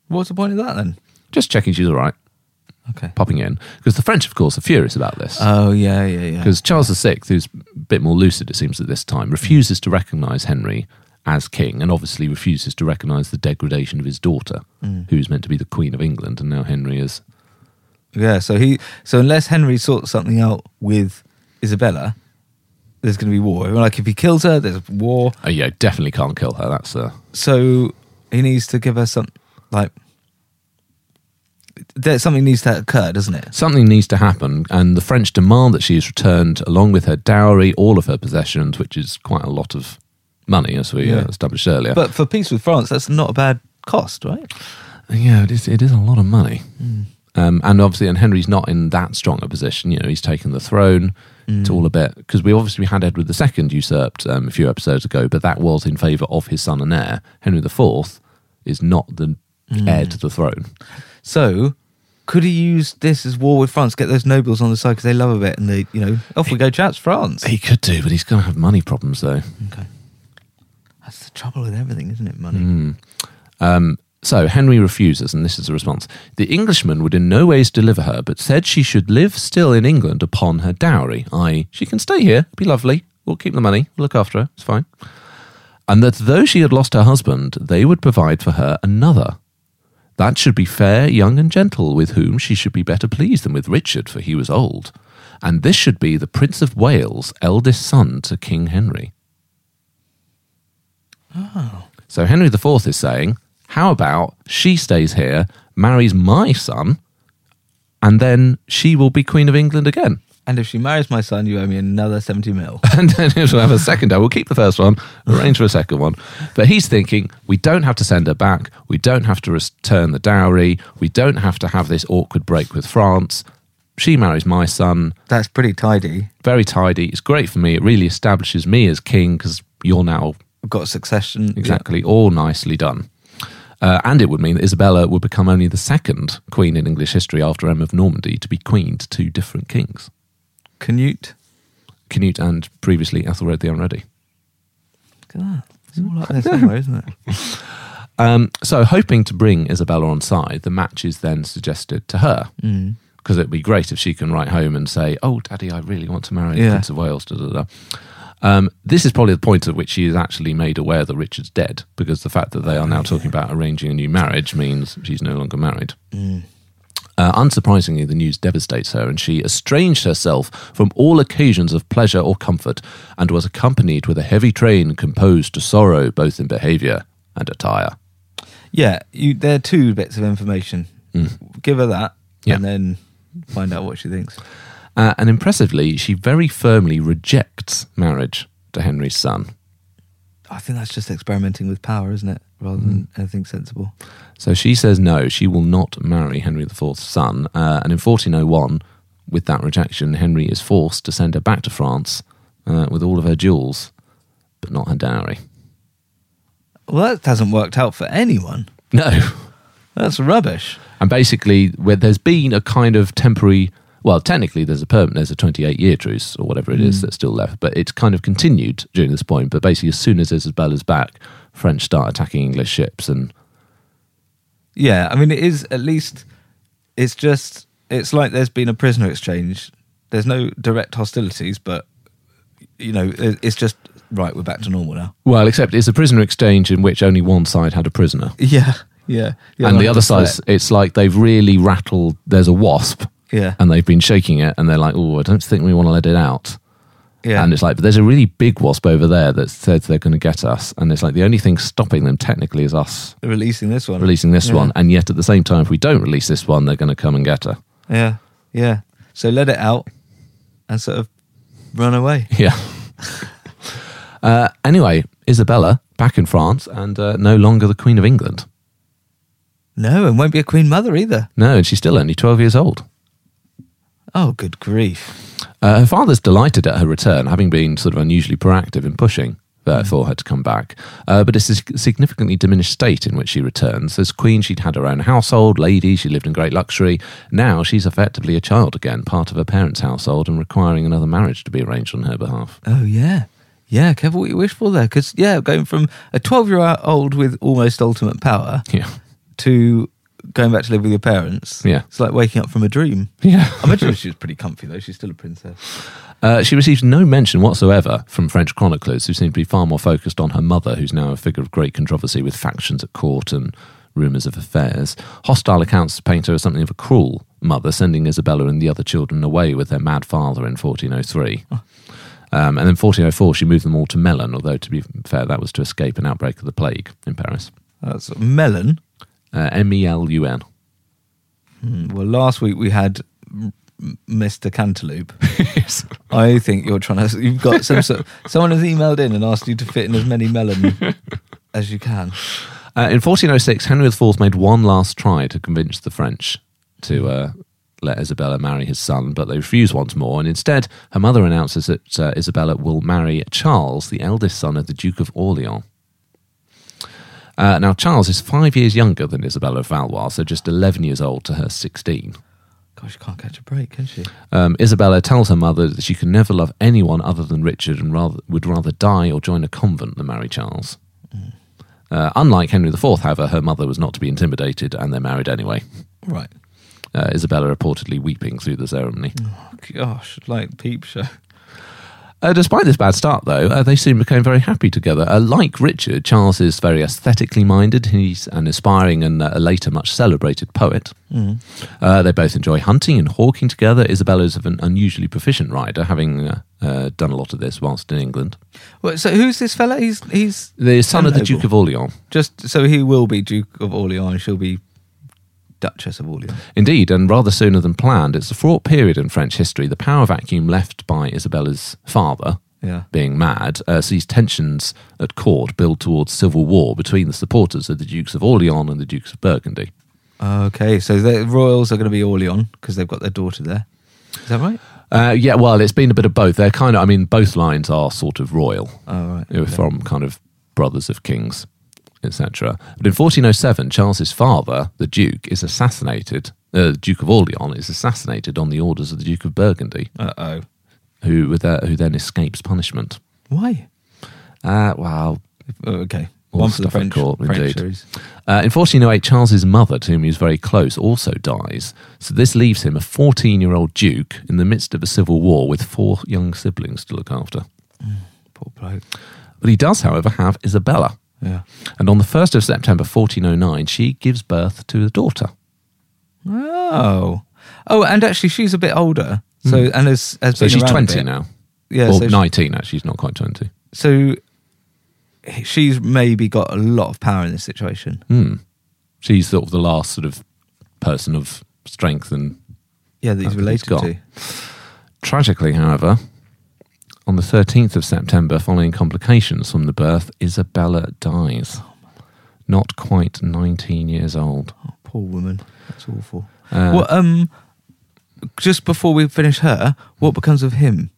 Speaker 4: What's the point of that then?
Speaker 3: Just checking she's all right,
Speaker 4: Okay.
Speaker 3: popping in, because the French, of course, are furious about this.
Speaker 4: Oh, yeah, yeah, yeah.
Speaker 3: Because Charles VI, who's a bit more lucid, it seems, at this time, refuses to recognise Henry as king and obviously refuses to recognise the degradation of his daughter, who's meant to be the Queen of England, and now Henry is
Speaker 4: Yeah, so he, so unless Henry sorts something out with Isabella, there's going to be war. Like if he kills her, there's war.
Speaker 3: Oh yeah, definitely can't kill her. That's uh,
Speaker 4: So he needs to give her some, like, there, something needs to occur, doesn't it?
Speaker 3: something needs to happen, and the French demand that she is returned along with her dowry, all of her possessions, which is quite a lot of money, as we
Speaker 4: Yeah.
Speaker 3: uh, established earlier.
Speaker 4: But for peace with France, that's not a bad cost, right?
Speaker 3: yeah, it is, it is a lot of money. Um, and obviously, and Henry's not in that strong a position. You know, he's taken the throne. It's all a bit because we obviously had Edward II usurped um, a few episodes ago, but that was in favour of his son and heir. Henry IV is not the heir to the throne.
Speaker 4: So could he use this as war with France? Get those nobles on the side because they love a bit, and they, you know, off we go, chaps, France.
Speaker 3: He could do, but he's going to have money problems though.
Speaker 4: Okay. That's the trouble with everything, isn't it? Money.
Speaker 3: So Henry refuses, and this is the response. The Englishman would in no ways deliver her, but said she should live still in England upon her dowry, i.e., she can stay here, be lovely, we'll keep the money, we'll look after her, it's fine. And that though she had lost her husband, they would provide for her another. That should be fair, young, and gentle, with whom she should be better pleased than with Richard, for he was old. And this should be the Prince of Wales, eldest son to King Henry. So Henry IV is saying, How about she stays here, marries my son, and then she will be Queen of England again?
Speaker 4: And if she marries my son, you owe me another 70 mil.
Speaker 3: and then we'll have a second I will keep the first one, arrange for a second one. But he's thinking we don't have to send her back. We don't have to return the dowry. We don't have to have this awkward break with France. She marries my son.
Speaker 4: That's pretty tidy.
Speaker 3: Very tidy. It's great for me. It really establishes me as king because you're now
Speaker 4: I've got succession.
Speaker 3: exactly all nicely done. Uh, and it would mean that Isabella would become only the second queen in English history after Emma of Normandy to be queen to two different kings,
Speaker 4: Canute.
Speaker 3: Canute and previously Ethelred the Unready.
Speaker 4: Look at that. It's all up there somewhere, isn't it?
Speaker 3: Um, so, hoping to bring Isabella on side, the match is then suggested to her because it'd be great if she can write home and say, "Oh, Daddy, I really want to marry the
Speaker 4: Yeah.
Speaker 3: Prince of Wales." Da, da, da. Um, this is probably the point at which she is actually made aware that Richard's dead because the fact that they are now talking about arranging a new marriage means she's no longer married. Uh, unsurprisingly, the news devastates her, and she estranged herself from all occasions of pleasure or comfort, and was accompanied with a heavy train composed to sorrow both in behaviour and attire.
Speaker 4: Yeah, you, there are two bits of information. Give her that
Speaker 3: Yeah.
Speaker 4: and then find out what she thinks.
Speaker 3: Uh, and impressively, she very firmly rejects marriage to Henry's son.
Speaker 4: I think that's just experimenting with power, isn't it? Rather than anything sensible.
Speaker 3: So she says no, she will not marry Henry IV's son. Uh, and in 1401, with that rejection, Henry is forced to send her back to France uh, with all of her jewels, but not her dowry.
Speaker 4: Well, that hasn't worked out for anyone.
Speaker 3: No.
Speaker 4: That's rubbish.
Speaker 3: And basically, where there's been a kind of temporary, well, technically there's a permanent, there's a 28 year truce or whatever it is that's still left, but it's kind of continued during this point. But basically, as soon as Isabella's back, French start attacking English ships and
Speaker 4: Yeah, I mean, it is at least. It's just. It's like there's been a prisoner exchange. There's no direct hostilities, but you know, it- it's just right. We're back to normal now.
Speaker 3: Well, except it's a prisoner exchange in which only one side had a prisoner.
Speaker 4: Yeah, yeah.
Speaker 3: and the other side, it's like they've really rattled. There's a wasp,
Speaker 4: Yeah.
Speaker 3: and they've been shaking it, and they're like, "Oh, I don't think we want to let it out."
Speaker 4: yeah,
Speaker 3: And it's like, but there's a really big wasp over there that says they're going to get us, and it's like the only thing stopping them technically is us
Speaker 4: They're releasing this one,
Speaker 3: releasing this
Speaker 4: Yeah.
Speaker 3: one, and yet at the same time, if we don't release this one, they're going to come and get her.
Speaker 4: Yeah, yeah. So let it out and sort of run away.
Speaker 3: Yeah. uh, anyway, Isabella back in France and uh, no longer the Queen of England.
Speaker 4: No, and won't be a queen mother either.
Speaker 3: No, and she's still only twelve years old.
Speaker 4: Oh, good grief!
Speaker 3: Uh, her father's delighted at her return, having been sort of unusually proactive in pushing uh, for her to come back. Uh, but it's a sig- significantly diminished state in which she returns. As queen, she'd had her own household, lady, she lived in great luxury. Now she's effectively a child again, part of her parents' household, and requiring another marriage to be arranged on her behalf.
Speaker 4: Oh yeah, yeah. Careful what you wish for there, because yeah, going from a twelve-year-old with almost ultimate power
Speaker 3: Yeah.
Speaker 4: to going back to live with your parents.
Speaker 3: Yeah.
Speaker 4: It's like waking up from a dream.
Speaker 3: Yeah.
Speaker 4: I imagine she was pretty comfy though. She's still a princess.
Speaker 3: Uh, she receives no mention whatsoever from French chroniclers, who seem to be far more focused on her mother, who's now a figure of great controversy with factions at court and rumours of affairs. Hostile accounts paint her as something of a cruel mother, sending Isabella and the other children away with their mad father in 1403. Um, and then 1404, she moved them all to Melun, although, to be fair, that was to escape an outbreak of the plague in Paris.
Speaker 4: That's melon.
Speaker 3: Uh, M E L U N.
Speaker 4: Well, last week we had m- m- Mr. Cantaloupe. I think you're trying to. You've got some sort. Someone has emailed in and asked you to fit in as many melon as you can.
Speaker 3: Uh, in 1406, Henry IV made one last try to convince the French to uh, let Isabella marry his son, but they refuse once more. And instead, her mother announces that uh, Isabella will marry Charles, the eldest son of the Duke of Orleans. Uh, now, Charles is five years younger than Isabella of Valois, so just 11 years old to her 16.
Speaker 4: Gosh, you can't catch a break, can she?
Speaker 3: Um, Isabella tells her mother that she can never love anyone other than Richard and rather, would rather die or join a convent than marry Charles. Uh, unlike Henry IV, however, her mother was not to be intimidated and they're married anyway.
Speaker 4: Right.
Speaker 3: Uh, Isabella reportedly weeping through the ceremony.
Speaker 4: Gosh, like peep show.
Speaker 3: Uh, despite this bad start, though, uh, they soon became very happy together. Uh, like Richard, Charles is very aesthetically minded. He's an aspiring and uh, a later much celebrated poet. Uh, they both enjoy hunting and hawking together. Isabella is an unusually proficient rider, having uh, uh, done a lot of this whilst in England.
Speaker 4: Well, so who's this fella? He's he's
Speaker 3: The son of the
Speaker 4: Noble.
Speaker 3: Duke of Orleans.
Speaker 4: just so he will be Duke of Orleans. and She'll be Duchess of Orleans.
Speaker 3: Indeed, and rather sooner than planned, it's a fraught period in French history. The power vacuum left by Isabella's father,
Speaker 4: Yeah.
Speaker 3: being mad, uh, sees tensions at court build towards civil war between the supporters of the Dukes of Orleans and the Dukes of Burgundy.
Speaker 4: Okay, so the royals are going to be Orleans because they've got their daughter there. Is that right?
Speaker 3: Uh, yeah, well, it's been a bit of both. They're kind of, I mean, both lines are sort of royal.
Speaker 4: Oh, right,
Speaker 3: They were
Speaker 4: okay.
Speaker 3: From kind of brothers of kings, etc. But in 1407, Charles's father, the Duke, is assassinated. Uh, the Duke of Orleans is assassinated on the orders of the Duke of Burgundy.
Speaker 4: Uh oh.
Speaker 3: who with that, who then escapes punishment.
Speaker 4: Why?
Speaker 3: Uh, wow.
Speaker 4: Oh, okay.
Speaker 3: All
Speaker 4: One
Speaker 3: the
Speaker 4: for the
Speaker 3: stuff at
Speaker 4: French,
Speaker 3: court,
Speaker 4: French
Speaker 3: indeed.
Speaker 4: series.
Speaker 3: Uh, in 1408, Charles's mother, to whom he was very close, also dies. So this leaves him a 14 year old Duke in the midst of a civil war with four young siblings to look after.
Speaker 4: Poor bloke.
Speaker 3: But he does, however, have Isabella.
Speaker 4: Yeah.
Speaker 3: And on the 1st of September 1409, she gives birth to a daughter.
Speaker 4: Oh. Oh, and actually, she's a bit older. So and has, has
Speaker 3: Hmm. So
Speaker 4: been
Speaker 3: she's
Speaker 4: around a
Speaker 3: 20
Speaker 4: bit.
Speaker 3: now.
Speaker 4: Yeah.
Speaker 3: or
Speaker 4: so she-
Speaker 3: 19, actually. She's not quite 20.
Speaker 4: so she's maybe got a lot of power in this situation.
Speaker 3: Hmm. She's sort of the last sort of person of strength and
Speaker 4: Yeah, that he's
Speaker 3: That's what Oh,
Speaker 4: related
Speaker 3: he's got.
Speaker 4: to.
Speaker 3: Tragically, however, on the 13th of September, following complications from the birth, Isabella dies. Not quite 19 years old.
Speaker 4: Oh, poor woman. That's awful.
Speaker 3: Uh,
Speaker 4: well, um, just before we finish her, what becomes of him?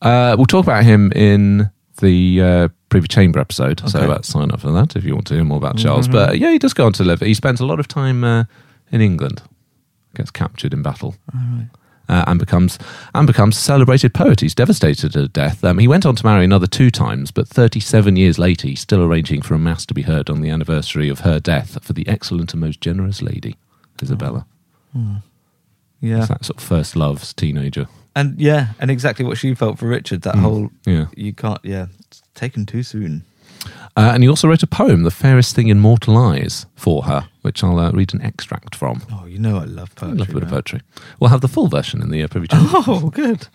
Speaker 3: Uh, we'll talk about him in the uh, Privy Chamber episode, so
Speaker 4: Okay. Mm-hmm.
Speaker 3: that's sign up for that if you want to hear more about Charles. But yeah, he does go on to live. He spends a lot of time uh, in England, gets captured in battle. Uh, and becomes and becomes a celebrated poet. He's devastated at death. Um, he went on to marry another two times, but 37 years later, he's still arranging for a mass to be heard on the anniversary of her death for the excellent and most generous lady, Isabella.
Speaker 4: Yeah,
Speaker 3: It's that sort of first love's teenager.
Speaker 4: and yeah, and exactly what she felt for Richard. That whole
Speaker 3: Hmm. Yeah.
Speaker 4: you can't. Yeah, it's taken too soon.
Speaker 3: Uh, and he also wrote a poem, The Fairest Thing in Mortal Eyes, for her, which I'll uh, read an extract from.
Speaker 4: Oh, you know I love poetry.
Speaker 3: Love a bit of
Speaker 4: man.
Speaker 3: poetry. We'll have the full version in the uh, Privy Chamber.
Speaker 4: Oh, good.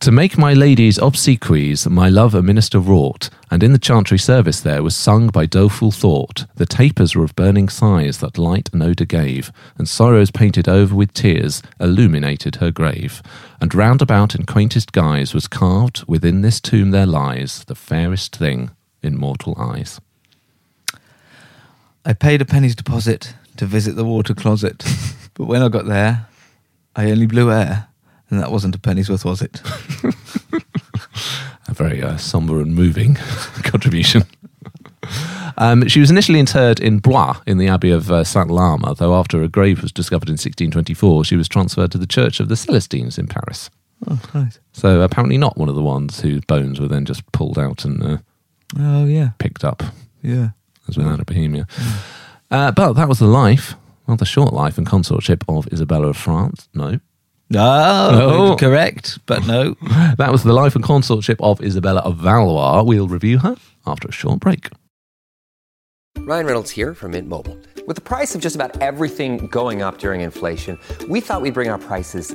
Speaker 3: To make my lady's obsequies, my love a minister wrought, and in the chantry service there was sung by doleful thought. The tapers were of burning sighs that light and odour gave, and sorrows painted over with tears illuminated her grave. And round about in quaintest guise was carved, within this tomb there lies the fairest thing in mortal eyes.
Speaker 4: I paid a penny's deposit to visit the water closet, but when I got there, I only blew air, and that wasn't a penny's worth, was it?
Speaker 3: a very uh, somber and moving contribution. Um, she was initially interred in Blois in the Abbey of uh, Saint Lama, though after her grave was discovered in 1624, she was transferred to the Church of the Celestines in Paris.
Speaker 4: oh, nice.
Speaker 3: So apparently, not one of the ones whose bones were then just pulled out and uh,
Speaker 4: Oh, yeah,
Speaker 3: picked up,
Speaker 4: yeah.
Speaker 3: as with Anna Bohemia. Uh, but that was the life, well, the short life and consortship of Isabella of France. No,
Speaker 4: No,
Speaker 3: Oh.
Speaker 4: correct, but no.
Speaker 3: that was the life and consortship of Isabella of Valois. We'll review her after a short break.
Speaker 5: Ryan Reynolds here from Mint Mobile. With the price of just about everything going up during inflation, we thought we'd bring our prices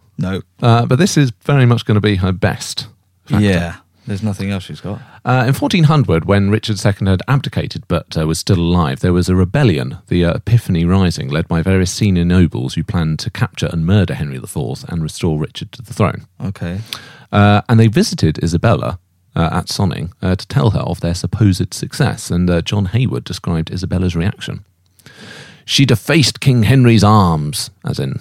Speaker 4: No.
Speaker 3: uh, but this is very much going to be her best. factor.
Speaker 4: Yeah. There's nothing else she's got.
Speaker 3: Uh, in 1400, when Richard II had abdicated but uh, was still alive, there was a rebellion, the uh, Epiphany Rising, led by various senior nobles who planned to capture and murder Henry IV and restore Richard to the throne.
Speaker 4: Okay.
Speaker 3: Uh, and they visited Isabella uh, at Sonning uh, to tell her of their supposed success, and uh, John Hayward described Isabella's reaction. She defaced King Henry's arms, as in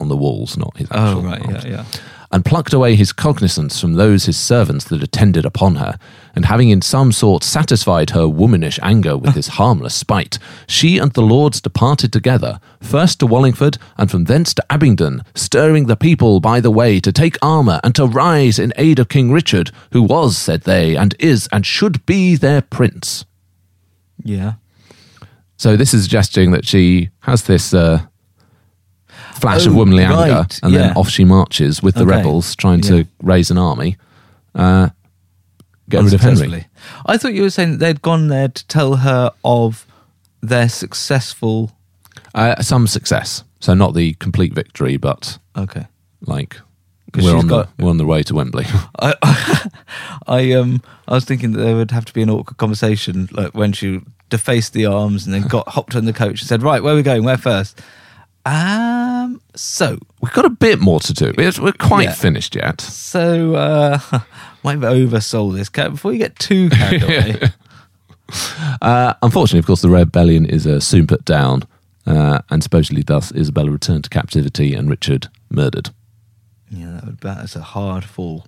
Speaker 3: on the walls, not his
Speaker 4: Oh,
Speaker 3: actual
Speaker 4: right.
Speaker 3: arms.
Speaker 4: Yeah, yeah.
Speaker 3: Uh, and plucked away his cognizance from those his servants that attended upon her, and having in some sort satisfied her womanish anger with his harmless spite, she and the lords departed together, first to Wallingford, and from thence to Abingdon, stirring the people by the way to take armour and to rise in aid of King Richard, who was, said they, and is, and should be their prince.
Speaker 4: Yeah.
Speaker 3: So this is suggesting that she has this uh, flash of
Speaker 4: Oh,
Speaker 3: womanly anger,
Speaker 4: right,
Speaker 3: and
Speaker 4: yeah.
Speaker 3: then off she marches with the
Speaker 4: Okay.
Speaker 3: rebels, trying
Speaker 4: Yeah.
Speaker 3: to raise an army, uh, get rid of Henry.
Speaker 4: Unsuccessfully. I thought you were saying they'd gone there to tell her of their successful.
Speaker 3: Uh, some success, so not the complete victory, but
Speaker 4: Okay.
Speaker 3: like
Speaker 4: 'Cause
Speaker 3: we're
Speaker 4: she's
Speaker 3: on
Speaker 4: got-
Speaker 3: the we're on the way to Wembley.
Speaker 4: I, I um I was thinking that there would have to be an awkward conversation, like when she defaced the arms and then got hopped on the coach and said, "Right, where are we going? Where first? Um, so
Speaker 3: We've got a bit more to do. We're, we're quite
Speaker 4: Yeah.
Speaker 3: finished yet.
Speaker 4: so uh, might have oversold this cat before you get too carried away.
Speaker 3: Uh, unfortunately, of course, the rebellion is uh, soon put down, uh, and supposedly thus Isabella returned to captivity and Richard murdered.
Speaker 4: yeah, that would that's a hard fall.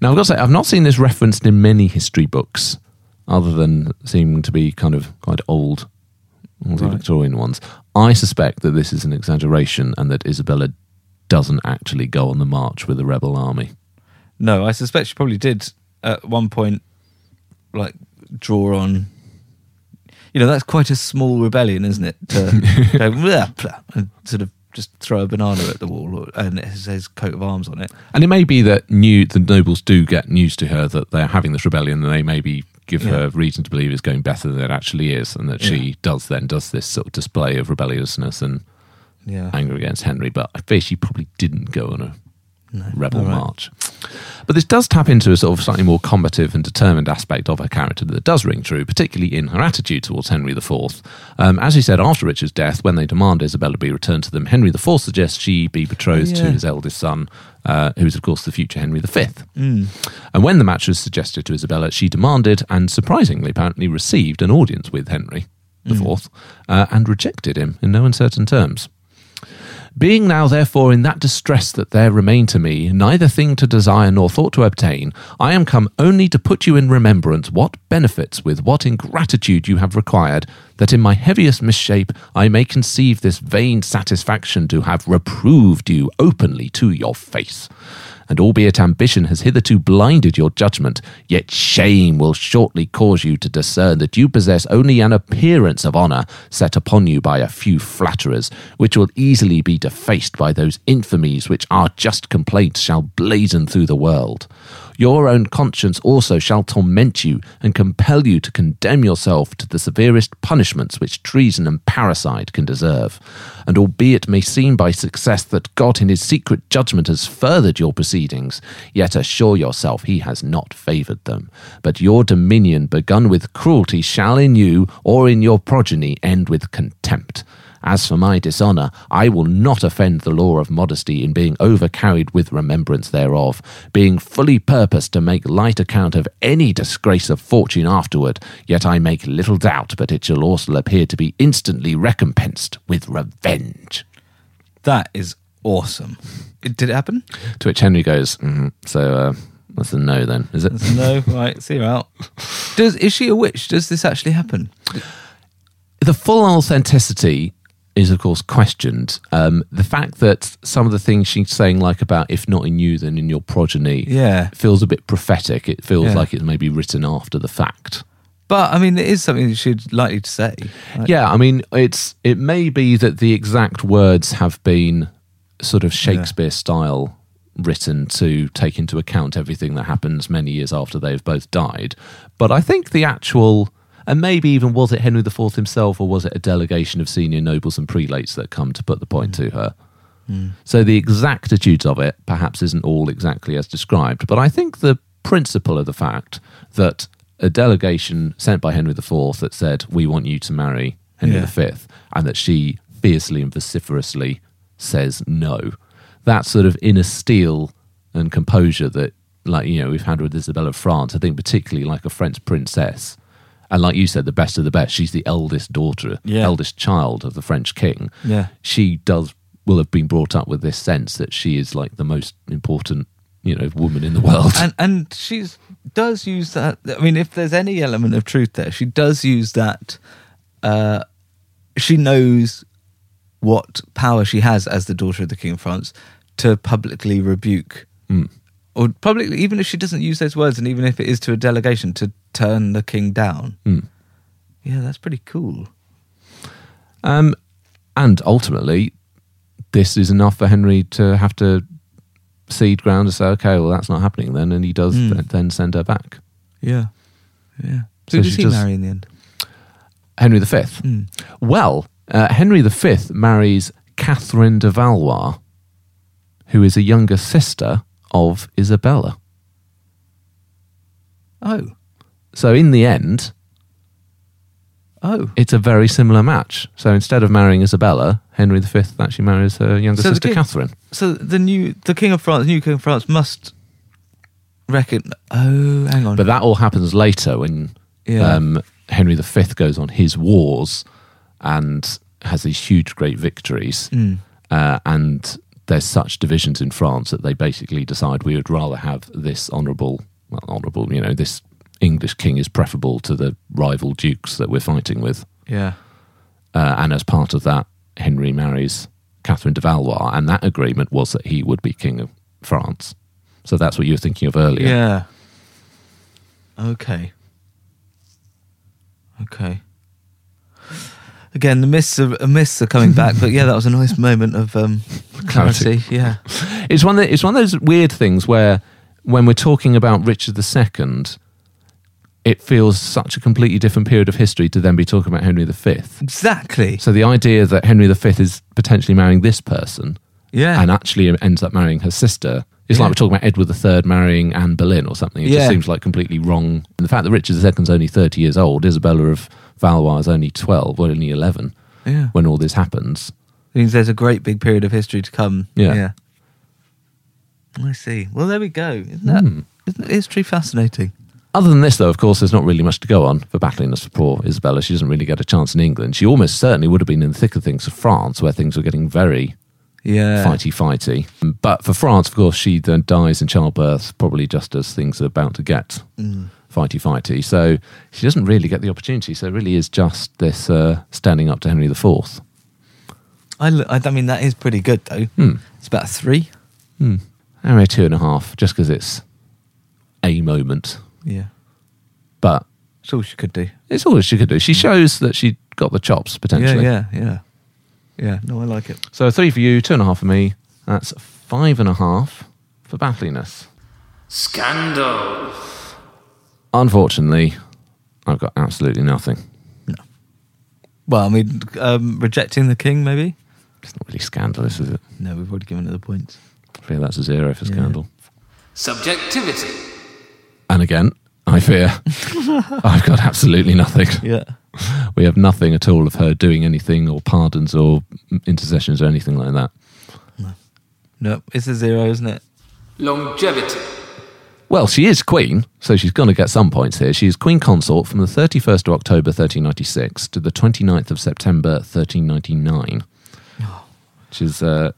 Speaker 3: Now, I've got to say, I've not seen this referenced in many history books, other than seeming to be kind of quite old, old
Speaker 4: Right.
Speaker 3: Victorian ones. I suspect that this is an exaggeration and that Isabella doesn't actually go on the march with the rebel army.
Speaker 4: No, I suspect she probably did at one point, like draw on. You know, that's quite a small rebellion, isn't it? To go "Blah, blah," and sort of just throw a banana at the wall, or, and it says coat of arms on it.
Speaker 3: And it may be that new the nobles do get news to her that they're having this rebellion, and they maybe give
Speaker 4: Yeah.
Speaker 3: her reason to believe it's going better than it actually is, and that
Speaker 4: Yeah.
Speaker 3: she does then does this sort of display of rebelliousness and
Speaker 4: Yeah,
Speaker 3: anger against Henry, but I fear she probably didn't go on a rebel
Speaker 4: All right.
Speaker 3: march. But this does tap into a sort of slightly more combative and determined aspect of her character that does ring true, particularly in her attitude towards Henry IV. Um, as he said after Richard's death, when they demand Isabella be returned to them, Henry IV suggests she be betrothed
Speaker 4: Yeah.
Speaker 3: to his eldest son, uh, who is, of course, the future Henry V.
Speaker 4: Mm.
Speaker 3: And when the match was suggested to Isabella, she demanded and surprisingly, apparently, received an audience with Henry
Speaker 4: Mm.
Speaker 3: IV uh, and rejected him in no uncertain terms. Being now therefore in that distress that there remained to me neither thing to desire nor thought to obtain, I am come only to put you in remembrance what benefits with what ingratitude you have required, that in my heaviest misshape I may conceive this vain satisfaction to have reproved you openly to your face. And albeit ambition has hitherto blinded your judgment, yet shame will shortly cause you to discern that you possess only an appearance of honour set upon you by a few flatterers, which will easily be defaced by those infamies which our just complaints shall blazon through the world. Your own conscience also shall torment you and compel you to condemn yourself to the severest punishments which treason and parricide can deserve. And albeit may seem by success that God in his secret judgment has furthered your proceedings, yet assure yourself he has not favoured them. But your dominion begun with cruelty shall in you or in your progeny end with contempt. As for my dishonour, I will not offend the law of modesty in being overcarried with remembrance thereof, being fully purposed to make light account of any disgrace of fortune afterward, yet I make little doubt but it shall also appear to be instantly recompensed with revenge.
Speaker 4: that is awesome. It did it happen?
Speaker 3: To which Henry goes, mm, so uh, that's a no then, is it?
Speaker 4: No, right. See you out. Does is she a witch? Does this actually happen?
Speaker 3: the full authenticity is of course questioned um, the fact that some of the things she's saying like about if not in you then in your progeny
Speaker 4: Yeah.
Speaker 3: feels a bit prophetic it feels
Speaker 4: Yeah.
Speaker 3: like it's maybe written after the fact
Speaker 4: But I mean, it is something that she'd likely to say. right?
Speaker 3: yeah i mean it's it may be that the exact words have been sort of shakespeare style written to take into account everything that happens many years after they've both died but i think the actual and maybe even was it henry iv himself or was it a delegation of senior nobles and prelates that come to put the point
Speaker 4: Mm.
Speaker 3: to her so the exactitude of it perhaps isn't all exactly as described, but I think the principle of the fact that a delegation sent by Henry IV that said, We want you to marry Henry
Speaker 4: Yeah.
Speaker 3: V, and that she fiercely and vociferously says no, that sort of inner steel and composure that, like, you know, we've had with Isabella of France, I think particularly like a French princess. And like you said, the best of the best. She's the eldest daughter,
Speaker 4: Yeah.
Speaker 3: eldest child of the French king
Speaker 4: Yeah.
Speaker 3: she does will have been brought up with this sense that she is like the most important you know woman in the world.
Speaker 4: and and she does use that. I mean, if there's any element of truth there, she does use that. Uh, she knows what power she has as the daughter of the king of France to publicly rebuke,
Speaker 3: Hmm.
Speaker 4: or publicly, even if she doesn't use those words, and even if it is to a delegation to turn the king down.
Speaker 3: Hmm.
Speaker 4: Yeah, that's pretty cool.
Speaker 3: Um, and ultimately, this is enough for Henry to have to cede ground and say, okay, well, that's not happening then. And he does
Speaker 4: Mm.
Speaker 3: th- then send her back.
Speaker 4: Yeah, yeah.
Speaker 3: So
Speaker 4: Who
Speaker 3: she
Speaker 4: does he
Speaker 3: does-
Speaker 4: marry in the end?
Speaker 3: Henry V. Well, uh, Henry V marries Catherine de Valois, who is a younger sister of Isabella.
Speaker 4: Oh,
Speaker 3: So in the end,
Speaker 4: oh.
Speaker 3: it's a very similar match. So instead of marrying Isabella, Henry V actually marries her younger
Speaker 4: So the
Speaker 3: sister
Speaker 4: king-
Speaker 3: Catherine.
Speaker 4: So the new, the king of France, new king of France must reckon. Oh, hang on.
Speaker 3: But that all happens later when
Speaker 4: Yeah.
Speaker 3: um, Henry V goes on his wars and has these huge, great victories.
Speaker 4: Hmm.
Speaker 3: Uh, and there's such divisions in France that they basically decide we would rather have this honourable, well, honourable, you know, this English king is preferable to the rival dukes that we're fighting with.
Speaker 4: yeah.
Speaker 3: Uh, and as part of that, Henry marries Catherine de Valois, and that agreement was that he would be king of France. So that's what you were thinking of earlier.
Speaker 4: Yeah. Okay. Okay. Again, the myths are, uh, myths are coming back, but yeah, that was a nice moment of um,
Speaker 3: Clarity.
Speaker 4: clarity. Yeah.
Speaker 3: It's one that it's one of those weird things where when we're talking about Richard II, it feels such a completely different period of history to then be talking about Henry V.
Speaker 4: Exactly.
Speaker 3: So the idea that Henry V is potentially marrying this person
Speaker 4: Yeah.
Speaker 3: and actually ends up marrying her sister. It's
Speaker 4: Yeah.
Speaker 3: like we're talking about Edward III marrying Anne Boleyn or something. It
Speaker 4: Yeah.
Speaker 3: just seems like completely wrong. And the fact that Richard II's only 30 years old, Isabella of Valois is only 12, well, only 11
Speaker 4: yeah.
Speaker 3: when all this happens.
Speaker 4: means there's a great big period of history to come.
Speaker 3: Yeah.
Speaker 4: I see. Well, there we go. Isn't that
Speaker 3: Hmm.
Speaker 4: not history fascinating?
Speaker 3: Other than this, though, of course, there's not really much to go on for battling us for poor Isabella. She doesn't really get a chance in England. She almost certainly would have been in the thick of things for France, where things were getting very
Speaker 4: Yeah.
Speaker 3: fighty fighty. But for France, of course, she then dies in childbirth, probably just as things are about to get
Speaker 4: Mm.
Speaker 3: fighty fighty. So she doesn't really get the opportunity. So it really is just this uh, standing up to Henry IV.
Speaker 4: I, l- I- I mean, that is pretty good, though.
Speaker 3: Hmm.
Speaker 4: It's about a three.
Speaker 3: Anyway, two and a half, just because it's a moment.
Speaker 4: Yeah.
Speaker 3: But
Speaker 4: It's all she could do.
Speaker 3: it's all she could do. She shows that she got the chops,
Speaker 4: Mm.
Speaker 3: potentially.
Speaker 4: Yeah, yeah, yeah. Yeah, no, I like it.
Speaker 3: So three for you, two and a half for me. That's five and a half for battliness.
Speaker 1: Scandal.
Speaker 3: Unfortunately, I've got absolutely nothing.
Speaker 4: Well, I mean, um, rejecting the king, maybe?
Speaker 3: It's not really scandalous, is it?
Speaker 4: No, we've already given it the points.
Speaker 3: I feel that's a zero for scandal.
Speaker 1: Subjectivity.
Speaker 3: And again, I fear I've got absolutely nothing.
Speaker 4: Yeah.
Speaker 3: We have nothing at all of her doing anything or pardons or intercessions or anything like that.
Speaker 4: No, it's a zero, isn't it?
Speaker 1: Longevity.
Speaker 3: Well, she is queen, so she's going to get some points here. She is queen consort from the 31st of October 1396 to the 29th of September 1399, which is uh,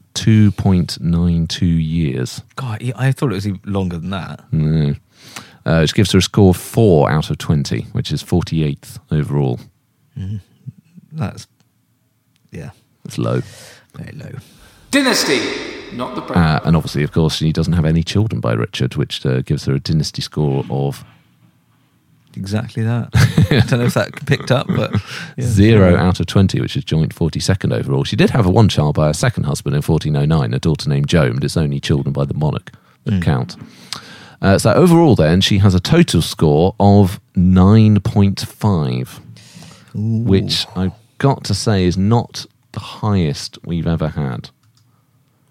Speaker 3: 2.92 years.
Speaker 4: God, yeah, I thought it was even longer than that.
Speaker 3: No. Uh, which gives her a score of 4 out of 20, which is 48th overall.
Speaker 4: That's, yeah,
Speaker 3: It's low.
Speaker 4: very low.
Speaker 1: Dynasty. Not the problem.
Speaker 3: Uh, and obviously, of course, she doesn't have any children by Richard, which uh, gives her a dynasty score of
Speaker 4: Exactly that. I don't know if that picked up, but. yeah.
Speaker 3: zero out of 20, which is joint 42nd overall. She did have a one child by her second husband in 1409, a daughter named Joan, but it's only children by the monarch that count. Uh, so overall, then, she has a total score of 9.5, which I've got to say is not the highest we've ever had.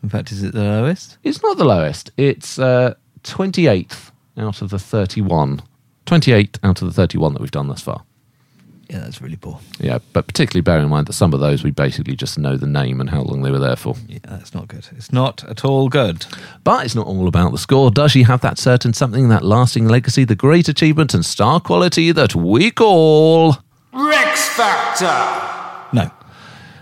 Speaker 4: In fact, is it the lowest?
Speaker 3: It's not the lowest. It's uh, 28th out of the 31. 28 out of the 31 that we've done thus far.
Speaker 4: Yeah, that's really poor.
Speaker 3: Yeah, but particularly bearing in mind that some of those we basically just know the name and how long they were there for.
Speaker 4: Yeah, that's not good. It's not at all good.
Speaker 3: But it's not all about the score. Does she have that certain something, that lasting legacy, the great achievement and star quality that we call?
Speaker 1: Rex Factor.
Speaker 4: No.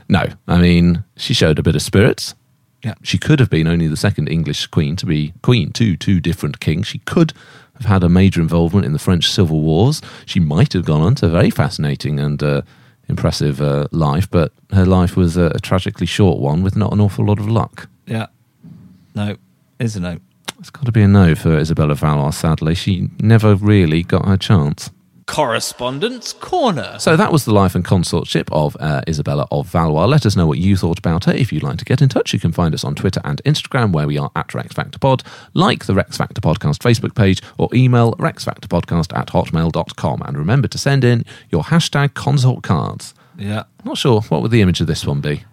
Speaker 3: No, I mean, she showed a bit of spirits.
Speaker 4: Yeah.
Speaker 3: She could have been only the second English queen to be queen to two different kings. She could have had a major involvement in the French Civil Wars. She might have gone on to a very fascinating and uh, impressive uh, life, but her life was a, a tragically short one with not an awful lot of luck.
Speaker 4: Yeah. No, is a no.
Speaker 3: It's got to be a no for Isabella Valois, sadly. She never really got her chance.
Speaker 2: Correspondence Corner.
Speaker 3: So that was the life and consortship of uh, Isabella of Valois. Let us know what you thought about her. If you'd like to get in touch, you can find us on Twitter and Instagram, where we are at Rex Factor Pod, like the Rex Factor Podcast Facebook page, or email rexfactorpodcast at hotmail.com. And remember to send in your hashtag consort cards.
Speaker 4: Yeah.
Speaker 3: Not sure, what would the image of this one be?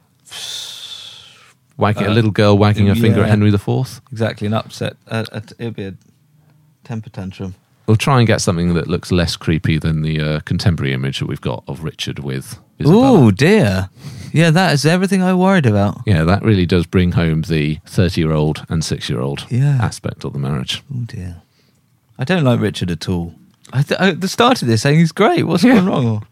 Speaker 3: Wagging, a little girl wagging her finger at
Speaker 4: yeah.
Speaker 3: Henry IV?
Speaker 4: Exactly. An upset. Uh, uh, it'd be a temper tantrum.
Speaker 3: We'll try and get something that looks less creepy than the uh, contemporary image that we've got of Richard with Isabella.
Speaker 4: Oh dear. Yeah, that is everything I worried about.
Speaker 3: Yeah, that really does bring home the 30 year old and 6 year old
Speaker 4: Yeah.
Speaker 3: aspect of the marriage.
Speaker 4: Oh dear. I don't like Richard at all. I, th- I at the start of this saying he's great. What's
Speaker 3: Yeah.
Speaker 4: going wrong?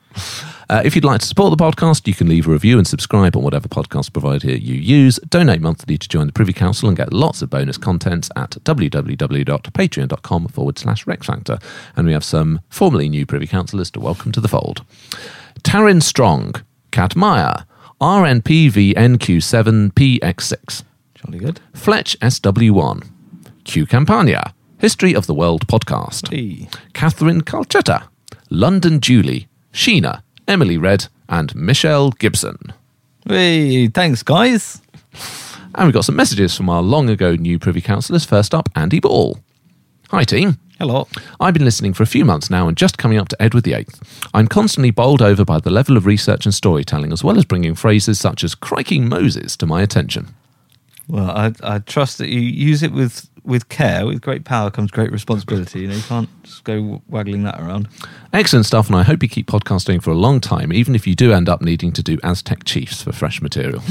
Speaker 3: Uh, if you'd like to support the podcast, you can leave a review and subscribe on whatever podcast provider you use. Donate monthly to join the Privy Council and get lots of bonus contents at www.patreon.com forward slash Rex Factor. And we have some formerly new Privy Councillors to welcome to the fold. Taryn Strong, Kat Meyer, RNPVNQ7PX6.
Speaker 4: Jolly good.
Speaker 3: Fletch SW1, Q Campania, History of the World podcast,
Speaker 4: Hey.
Speaker 3: Catherine Calcetta, London Julie, Sheena, Emily Red, and Michelle Gibson.
Speaker 4: Hey, thanks guys.
Speaker 3: And we've got some messages from our long ago new Privy Councillors. First up, Andy Ball. Hi, team.
Speaker 4: Hello.
Speaker 3: I've been listening for a few months now and just coming up to Edward VIII. I'm constantly bowled over by the level of research and storytelling, as well as bringing phrases such as "crikey Moses to my attention.
Speaker 4: Well, I, I trust that you use it with with care. With great power comes great responsibility. You know, you can't just go w- waggling that around.
Speaker 3: Excellent stuff, and I hope you keep podcasting for a long time, even if you do end up needing to do Aztec Chiefs for fresh material.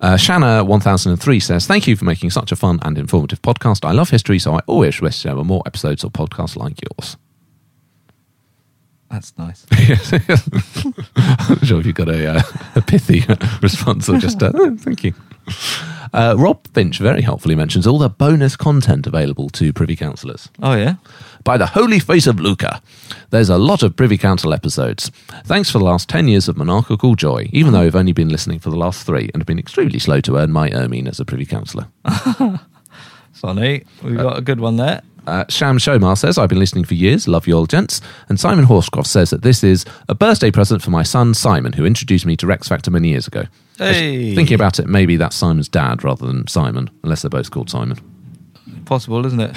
Speaker 3: Uh, Shanna1003 says, Thank you for making such a fun and informative podcast. I love history, so I always wish there were more episodes or podcasts like yours.
Speaker 4: That's nice.
Speaker 3: I'm sure if you've got a, uh, a pithy response or just, uh, "Oh, thank you. Uh, Rob Finch very helpfully mentions all the bonus content available to Privy Councillors.
Speaker 4: Oh yeah.
Speaker 3: By the holy face of Luca, there's a lot of Privy Council episodes. Thanks for the last 10 years of monarchical joy, even though I've only been listening for the last three and have been extremely slow to earn my ermine as a Privy Councillor.
Speaker 4: Sonny, we've got a good one there.
Speaker 3: Uh, Sham Shomar says, I've been listening for years, love you all gents. And Simon Horscroft says that this is a birthday present for my son Simon, who introduced me to Rex Factor many years ago.
Speaker 4: Hey.
Speaker 3: Thinking about it, maybe that's Simon's dad rather than Simon, unless they're both called Simon.
Speaker 4: possible, isn't it?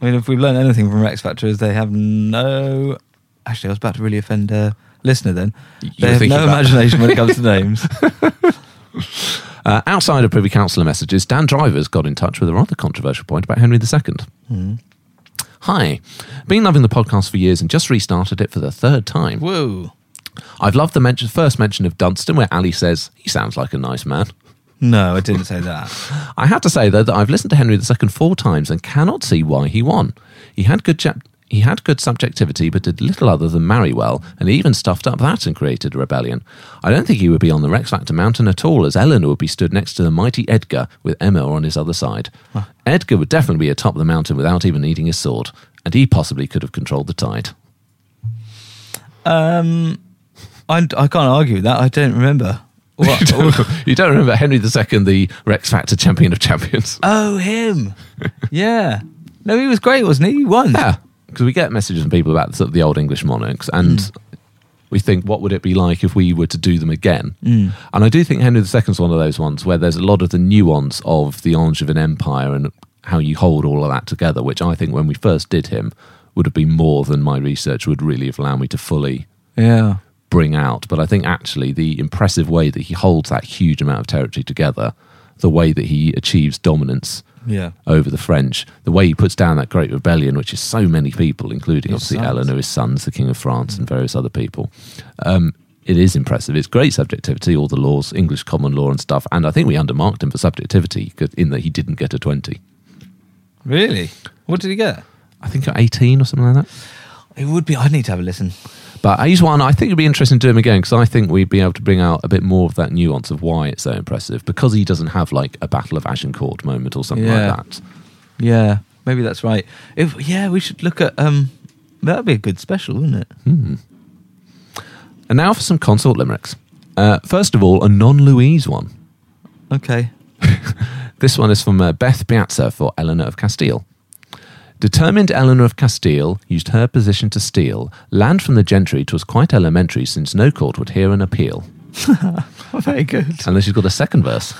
Speaker 4: I mean, if we've learned anything from Rex Factor is they have no. Actually, I was about to really offend a listener then.
Speaker 3: were
Speaker 4: They have
Speaker 3: thinking
Speaker 4: no
Speaker 3: about-
Speaker 4: imagination when it comes to names.
Speaker 3: Uh, outside of Privy Councillor messages, Dan Drivers got in touch with a rather controversial point about Henry II. Hi, been loving the podcast for years and just restarted it for the third time.
Speaker 4: Whoa.
Speaker 3: I've loved the mention, first mention of Dunstan, where Ali says, he sounds like a nice man.
Speaker 4: No, I didn't say that.
Speaker 3: I have to say, though, that I've listened to Henry II four times and cannot see why he won. He had good chap. He had good subjectivity, but did little other than marry well, and he even stuffed up that and created a rebellion. I don't think he would be on the Rex Factor Mountain at all, as Eleanor would be stood next to the mighty Edgar, with Emma on his other side. Edgar would definitely be atop the mountain without even needing his sword, and he possibly could have controlled the tide.
Speaker 4: I, I can't argue with that. I don't remember.
Speaker 3: you, don't, you don't remember Henry II, the Rex Factor champion of champions?
Speaker 4: Oh, him. yeah. No, he was great, wasn't he? He won.
Speaker 3: Yeah, because we get messages from people about sort of the old English monarchs, and we think, what would it be like if we were to do them again? And I do think Henry II's one of those ones where there's a lot of the nuance of the orange of an empire and how you hold all of that together, which I think when we first did him would have been more than my research would really have allowed me to fully
Speaker 4: Yeah.
Speaker 3: bring out. But I think actually the impressive way that he holds that huge amount of territory together, the way that he achieves dominance
Speaker 4: Yeah.
Speaker 3: over the French, the way he puts down that great rebellion, which is so many people, including obviously
Speaker 4: sons.
Speaker 3: Eleanor, his sons, Mm. the King of France, and various other people. Um, it is impressive. It's great subjectivity, all the laws, English common law and stuff. And I think we undermarked him for subjectivity 'cause- in that he didn't get a 20.
Speaker 4: Really? What did he get?
Speaker 3: I think at 18 or something like that.
Speaker 4: It would be. I'd need to have a listen.
Speaker 3: But he's one I think would be interesting to do him again because I think we'd be able to bring out a bit more of that nuance of why it's so impressive because he doesn't have like a Battle of Agincourt moment or something
Speaker 4: Yeah.
Speaker 3: like that.
Speaker 4: Yeah, maybe that's right. If yeah, we should look at um that'd be a good special, wouldn't it?
Speaker 3: And now for some consort limericks. Uh, first of all, a non Louise one.
Speaker 4: Okay.
Speaker 3: This one is from uh, Beth Piazza for Eleanor of Castile. Determined Eleanor of Castile used her position to steal land from the gentry. 'Twas quite elementary, since no court would hear an appeal.
Speaker 4: Very good.
Speaker 3: And then she's got a second verse.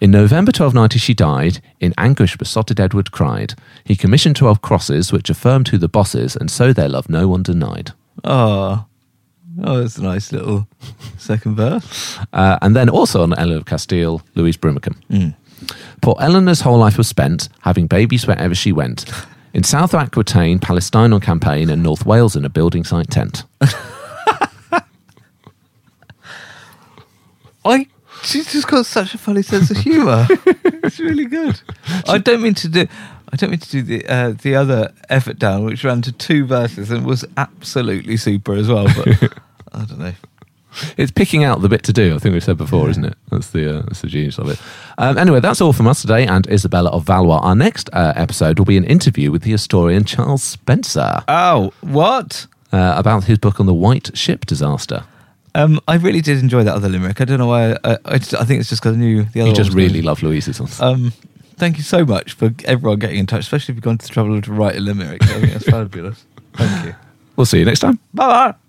Speaker 3: In November 1290, she died. In anguish, besotted Edward cried. He commissioned 12 crosses, which affirmed who the boss is, and so their love no one denied.
Speaker 4: Oh. Oh, that's a nice little second verse.
Speaker 3: Uh, and then also on Eleanor of Castile, Louise Brummicombe. Poor Eleanor's whole life was spent having babies wherever she went. In South Aquitaine, Palestine on campaign, and North Wales in a building site tent.
Speaker 4: I she's just got such a funny sense of humour. it's really good. I don't mean to do I don't mean to do the uh, the other effort down, which ran to two verses and was absolutely super as well. But I don't know.
Speaker 3: It's picking out the bit to do. I think we've said before, isn't it? That's the uh, that's the genius of it. Um, anyway, that's all from us today. And Isabella of Valois. Our next uh, episode will be an interview with the historian Charles Spencer
Speaker 4: Oh, what?
Speaker 3: uh, about his book on the White Ship disaster.
Speaker 4: Um, I really did enjoy that other limerick. I don't know why. I, I, I just- I think it's just because I knew the other.
Speaker 3: You
Speaker 4: one
Speaker 3: just
Speaker 4: was
Speaker 3: really
Speaker 4: good.
Speaker 3: love Louise's ones.
Speaker 4: Um, thank you so much for everyone getting in touch, especially if you've gone to the trouble to write a limerick. I think that's fabulous. Thank you.
Speaker 3: We'll see you next time.
Speaker 4: Bye bye.